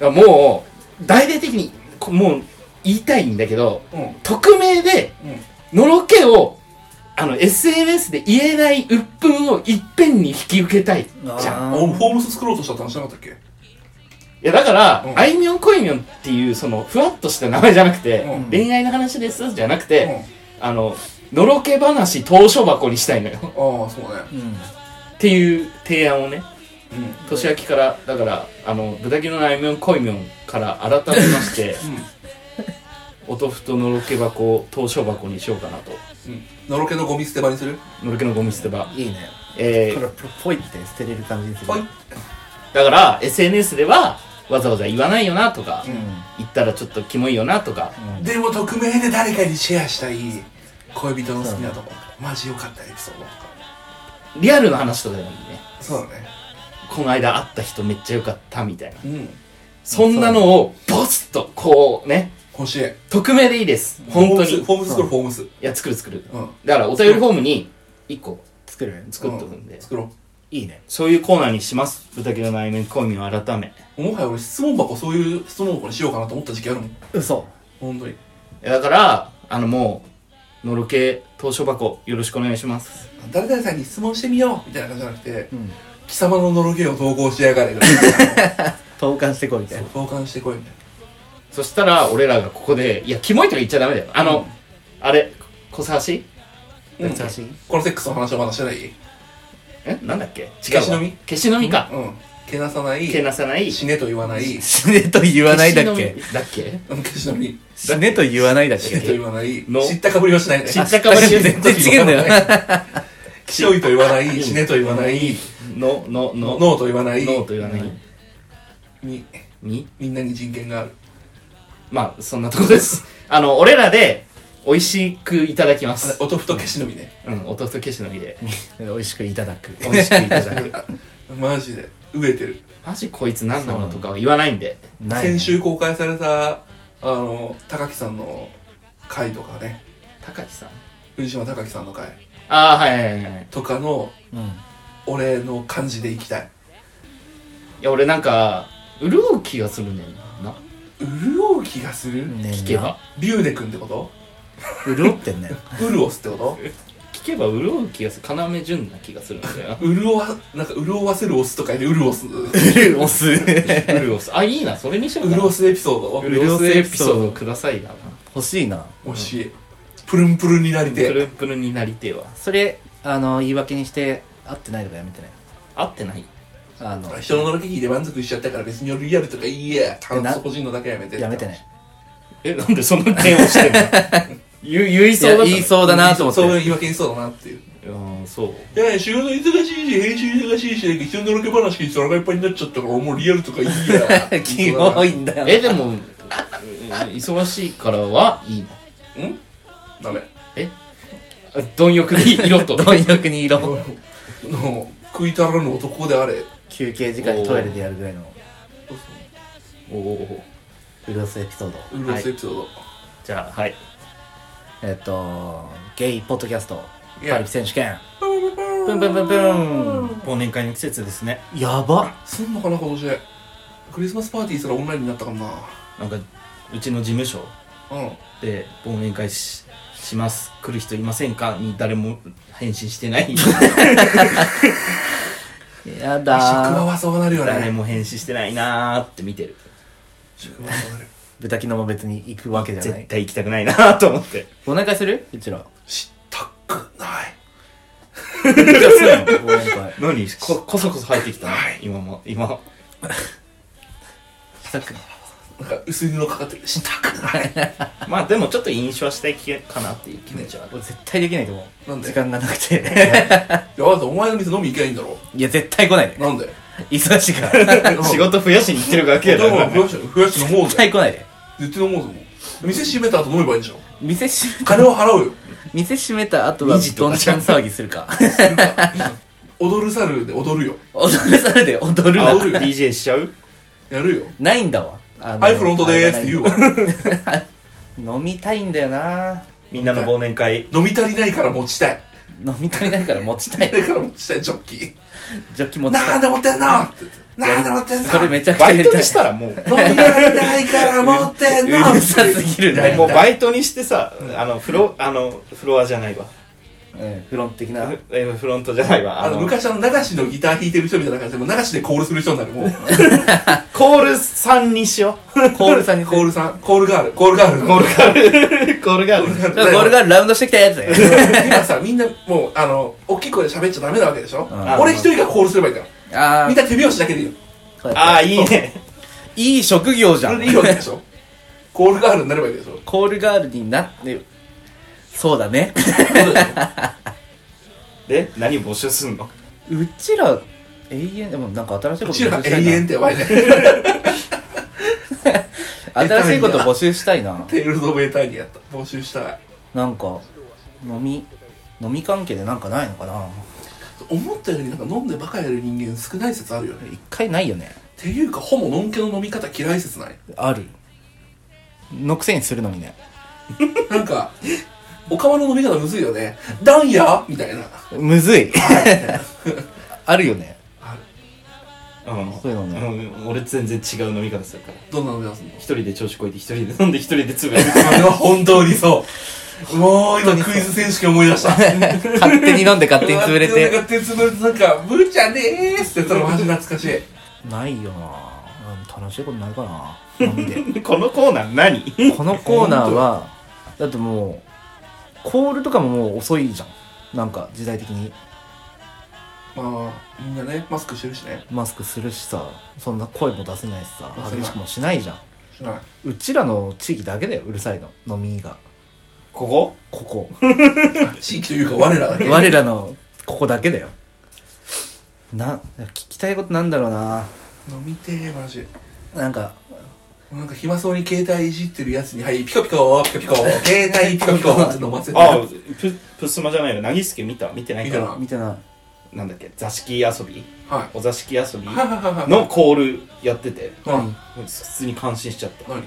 だか
うん
らもう大々的にこもう言いたいんだけど匿名で
うん
のろけをあの SNS で言えない鬱憤をいっぺんに引き受けたいじゃん
あ俺フォームス作ろうとしたって話しなかったっけ
いやだから、
うん
あいみょんこいみょんっていうそのふわっとした名前じゃなくて、
うん
恋愛の話ですじゃなくて、
う
あののろけ話当初箱にしたいのよ <laughs>
んああそうね
うん
っていう提案をね
うん
年明けからだからあの豚キノのあいみょんこいみょんから改めまして
<laughs>
お豆腐とのろけ箱を当初箱にしようかなと
うんのろけのゴミ捨て場にする
のろけのゴミ捨て場
いいね
え
プ
ー、
ロプロポイって捨てれる感じです
はい
だから SNS ではわざわざ言わないよなとか、
う
言ったらちょっとキモいよなとか、
でも匿名で誰かにシェアしたい恋人の好きなとこマジ良かったエピソードとか
リアルの話とかでもいいね
そうだね
この間会った人めっちゃ良かったみたいな
うん
そんなのをボスッとこうね
欲しい
匿名でいいです本当に
フォームス作るフォームス
いや、作る作る。
うん
だから、お便りフォームに1個
作る
作っとくんで、
作ろ
いいね
そういうコーナーにします。豚キの内面興味を改め。
うもはや俺質問箱そういう質問箱にしようかなと思った時期あるもん
嘘
本当に
だから、あの、もう、のろけ投書箱、よろしくお願いします。
誰々さんに質問してみようみたいな感じじゃなくて
うん
貴様ののろけを投稿しやがれ
投函してこいみたいな
投函してこいみたい
そしたら、俺らがここで、いや、キモいとか言っちゃダメだよ。あの、あれ、小沢氏
なうん
写真
このセックスの話はまだしてない
えなんだっけ違うわ。
消しの実
消しのみか。
うんけなさない
けなさない。
死ねと言わない
死ねと言わないだっ
消しの
け
実だっけ
うん消しの実
死ねと言わないだっ
死ねと
け
言わない
の
知ったかぶりはしないね
知ったかぶりはしない
全然違うんだよ
き <laughs> しょいと言わない、死ねと言わない、
の、の、の、
ノーと言わない、
のと言わない。
に、
に
みんなに人権がある。
まあ、そんなとこです。あの、俺らで、美味しくいただきま
あれ
す。
お豆腐と消しの実ね。
うん、弟消しのみで。
美味しくいただく
美味しくいただく。
マジで、飢えてる。
マジこいつ何なのとかは言わないんで。
ないね
先週公開された、あの、高木さんの回とかね、
高木さん
藤島高木さんの回
ああ、はいはいはいはい。
とかの、
うん
俺の感じでいきたい。
いや、俺なんか、潤う気がするねんな。
潤う気がする
ねえな
聞けば。
ビューネ君ってこと
潤ってんね
潤すってこと。
聞けば潤う気がする。要潤な気がするんだよ
潤わ、なんか潤わせるオスとかで潤す。
おす <laughs> 欲
潤す。あ、いいな。それにしようかな
潤。すエピソー
う
潤すエピソードくださいだな。
しいな
ド。もし、プルンプルンになり
プ
て。
ルンプルンになりてえわ。
それあの言い訳にして合ってないとかやめてね
合ってない
あの
人ののろけ聞いて満足しちゃったから別にリアルとかいいや
えな
個人のだけやめて
やめてね
え、なんでそんな点をしてんの
言う言いそうだったね
いや言いそうだなと思って
そういう言い訳にそうだなっていう。
いやーそう
いや、仕事忙しいし、編集忙しいし、なんか人のロケ話聞いてお腹いっぱいになっちゃったから、もうリアルとかいい <laughs> や。
キモいんだよ
えでもうん忙しいからはいい
ダメ。
貪欲に色
<laughs>
と
貪欲に色
の食いたらぬ男であれ。
休憩時間にトイレでやるぐらいの
おお
うるおすエピソード
うるせエピソード。
じゃあはい
えっとゲイポッドキャスト
い
パ
や
リピ選手権プンプンプンプン
忘年会の季節ですね
やば
すんのかな、今年。クリスマスパーティーすらオンラインになったかな。
なんかうちの事務所
うん。
で忘年会しします来る人いませんかに誰も返信してない <laughs>
や
職場
だー
はそうなるよ
誰
ね。
も返信してないなーって見てる
職場はそうなる。
豚キノも別に行くわけじゃな
絶
い
対行きたくないなーと思って
忘年会するうち <laughs> ら
したくない。
忘年会
何ここそこそ入ってきたな
はい
今も今
したく
なんか薄い布かかってる。したくない。
まあでもちょっと印象したい気かなっていう気持ちはある
俺絶対できないと思う
なんで
時間がなくて
いや、わざお前の店飲み行けないいんだろ。
<laughs> いや絶対来ないで
なんで
忙しい <laughs> から絶
仕事増やしに行ってるだけや
だから
だ
増やして、増やして飲もうぜ。
対来ないで
絶対飲もうぜ、もう。店閉めた後飲めばいいじゃん。
店閉め
金を払うよ。
店閉めた後は
二時と
どん
か
ちゃん騒ぎするか
踊る猿で踊るよ。
踊るされで踊るな
踊るよ。
DJ しちゃう
やるよ。
ないんだわあの
はい、フロントでーすって言うわ。
飲みたいんだよな
みんなの忘年会
飲み足りないから持ちたい。
飲み足りないから持ちたい
だから持ちたい、ジョッキー。
ジョッキ持ち
な
た
ん
い
で持ってんのってなんで持ってんの
それめちゃくち
<laughs>
ゃ
バ
や
イ
り
ト
た
に
い
したらも <laughs>
<laughs>
う
飲み足りないから持ってんの
うるさすぎるね
もうバイトにしてさあのフロあのフロアじゃないわ
うんフロント的な
あえフロントじゃないわ
あの、昔あの、流しのギター弾いてる人みたいな感じで、もう流しでコールする人になる。 <laughs> もう、
コールさんにしよ
コールさんに
コールさん、コールガール、コールガール。
うコールがあるコールがある
ちょっとこれがラウンドしてきたやつだよ
<laughs> 今さ、みんな、もう、あの、大きい声で喋っちゃダメなわけでしょ
ん
俺一人がコールすればいいんだよ。
あ
みんな手拍子だ <laughs> けでいいよ。
あ
あ
あいいね
いい職業じ
そ
ゃ
れ
ん
でいいわけでしょコールガールになればいいわけでしょ
コールガールになってそうだね
そうだよ
で何募集すんの
うちら永遠でもなんか新しいこ
う
と
ちら
募集した
永
い
遠っ
な
てやばい <laughs> ね。
新しいこと募集したいな
テールズ・オブ・エターニやった。募集したい。
なんか飲み飲み関係でなんかないのかな
思ったよりなんか飲んでバカやる人間少ない説あるよね。
一回ないよね
っていうか、ほぼのんけの飲み方嫌い説ない。
あるのくせにするのにね
なんか、おかわの飲み方むずいよね。ダンヤみたいな。
むずい <laughs> あるよね
うん
そういうのね
うん俺全然違う飲み方するから
どんな飲み方すんの
一人で調子こいて一人で飲んで一人で潰れる
それは本当にそう。 <laughs> もう今クイズ選手権思い出した。
勝手に飲んで勝手に潰れて
<laughs> 勝手に潰れて、なんか、ブーちゃんでーすって言ったらマジ懐かしい。
ないよなうん楽しいことないかな飲みで
<laughs>
<laughs>
このコーナー何
このコーナーはだってもうコールとかももう遅いじゃんなんか時代的に
まあ、みんなね、マスクしてるしね。
マスクするしさそんな声も出せないしさ
出せない
激しくもしないじゃん
しない。
うちらの地域だけだようるさいの飲
<laughs>
みが
ここ
ここ
地域というか、我らだ <laughs> け。
我らのここだけだよな聞きたいことなんだろうな
飲みてー、マジ。
なんか
なんか暇そうに携帯いじってるやつに、はい、ピカピカー、ピカピカー、 <laughs> 携帯ピカピカーって飲ませて。
あププスマじゃないよなぎすけ見た見てないか
見て
な
な
見てな
なんだっけ座敷遊び
は
お座敷遊び
い。はいはいはいはい。
のコールやってて
何
普通に感心しちゃった
何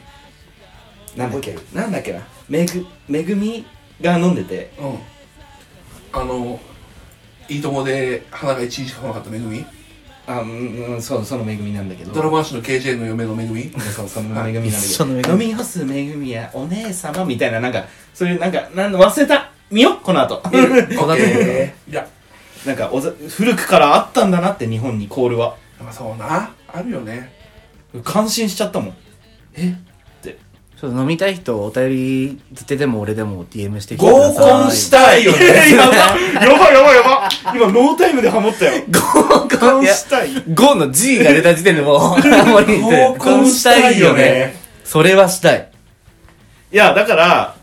なんだっけなんだっけなめぐめぐみが飲んでて
うん。あの、いいともで花が1日かかなかっためぐみ
あうんうんそうそのめぐみなんだけど
ドラマン氏の KJ の嫁のめぐみ
そうそのめぐみなんだ
一
け
緒のめぐ
ど
み
飲み干すめぐみやお姉様みたいななんかそういうなんかなん忘れた見よっこの後
こ
<laughs>
の後に
えーいや、
なんかおざ古くからあったんだなって日本にコールは
まあそうな。あるよね。
感心しちゃったもんえ
ちょっと飲みたい人お便りずてでも俺でも DM してきてくだ
合
さい
コンしたいよねやばやばいやばいやばい今ノータイムでハモったよ
合
合
コ
コ
ン
ン
いや
したい
5の G が出た時点で <laughs> もうもういいです
合コンしたいよね
それはしたい
いやだから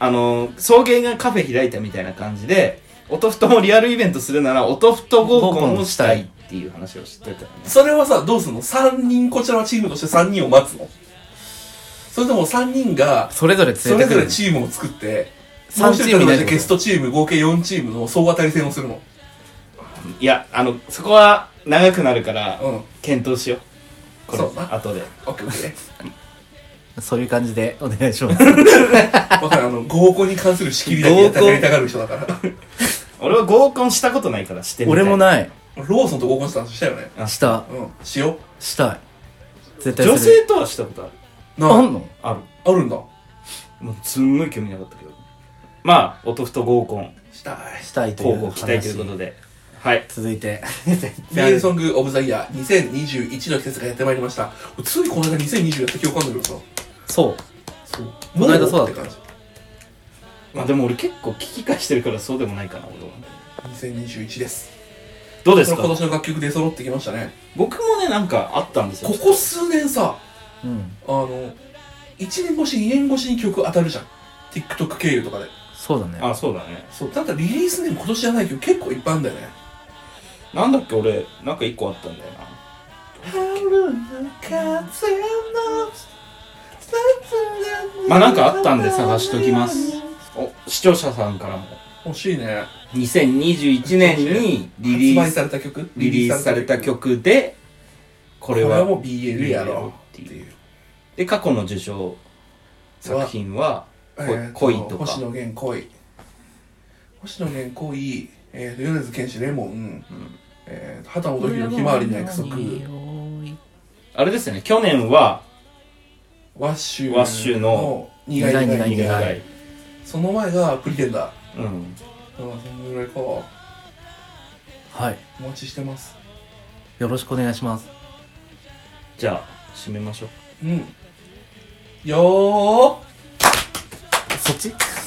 あの送迎がカフェ開いたみたいな感じで音ふともリアルイベントするなら音ふと合コンをしたいっていう話をしてたよね
それはさ、どうすんの ?3 人、こちらのチームとして3人を待つのそれとも3人が、
それぞれ連
そ
れ
れ
て
ぞ
く
れ
る
チームを作って、もう
三
一
チ
人
ームに
と
な
同
る
じゲ
ってこと
ストチーム、合計4チームの総当たり戦をするの。
いやあのそこは長くなるから
うん。オッ
検討しようこれ
そうだ
後で
ケーオッケ
そういう感じでお願いします
ー。わかる、あの、合コンに関する仕切りだけやったやりたがる人だから。
俺は合コンしたことないからしてみたい
<laughs> 俺もない
ローソンと合コンした話したよね。
した
うん。しよ
したい絶対する
女性とはしたことある
う。
あ
な、
んの
ある
あるんだ。
もうすんごい興味なかったけどまあ音ふと合コン
したい。
したいとい
交
う
互
話
期待ということではい
続 <laughs> いて
メールソングオブザイヤー2021の季節がやってまいりました。ついこの間2020やった記憶あるんだけどさ。
そう
そう。
この間そうだった
って感じ。
まあでも俺結構聞き返してるからそうでもないかな俺は
2021です。
どうです
それ
か
今年の楽曲で揃ってきましたね。
僕もねなんかあったんですよ
ここ数年さ、
うん
あの、1年越し、2年越しに曲当たるじゃん。TikTok 経由とかで。
そうだね
あそうだね
そう。だったらリリース年今年じゃないけど結構いっぱいあるんだよね。
なんだっけ俺なんか一個あったんだよなまあなんかあったんで探しときますお視聴者さんからも
欲しいね。
2021年にリリ
発
ー
売
ス
された曲
リリースされた。曲でこ
こ
れ
れ
は
はもう BL やろ
って
うって
いう
いう。
で過去の受賞作品はこ
えー
恋とか
星野源恋星野源恋えーと米津玄師レモン、えーと畑基博ひまわりの約束
あれですよね去年は
ワッシュ
ワッシュの
苦い苦い苦い
苦い苦い
その前がプリテンダー
うん
うんそのぐらいかお
はい
待ちしてます
よろしくお願いします
じゃあ締めましょう
うんよー
そっち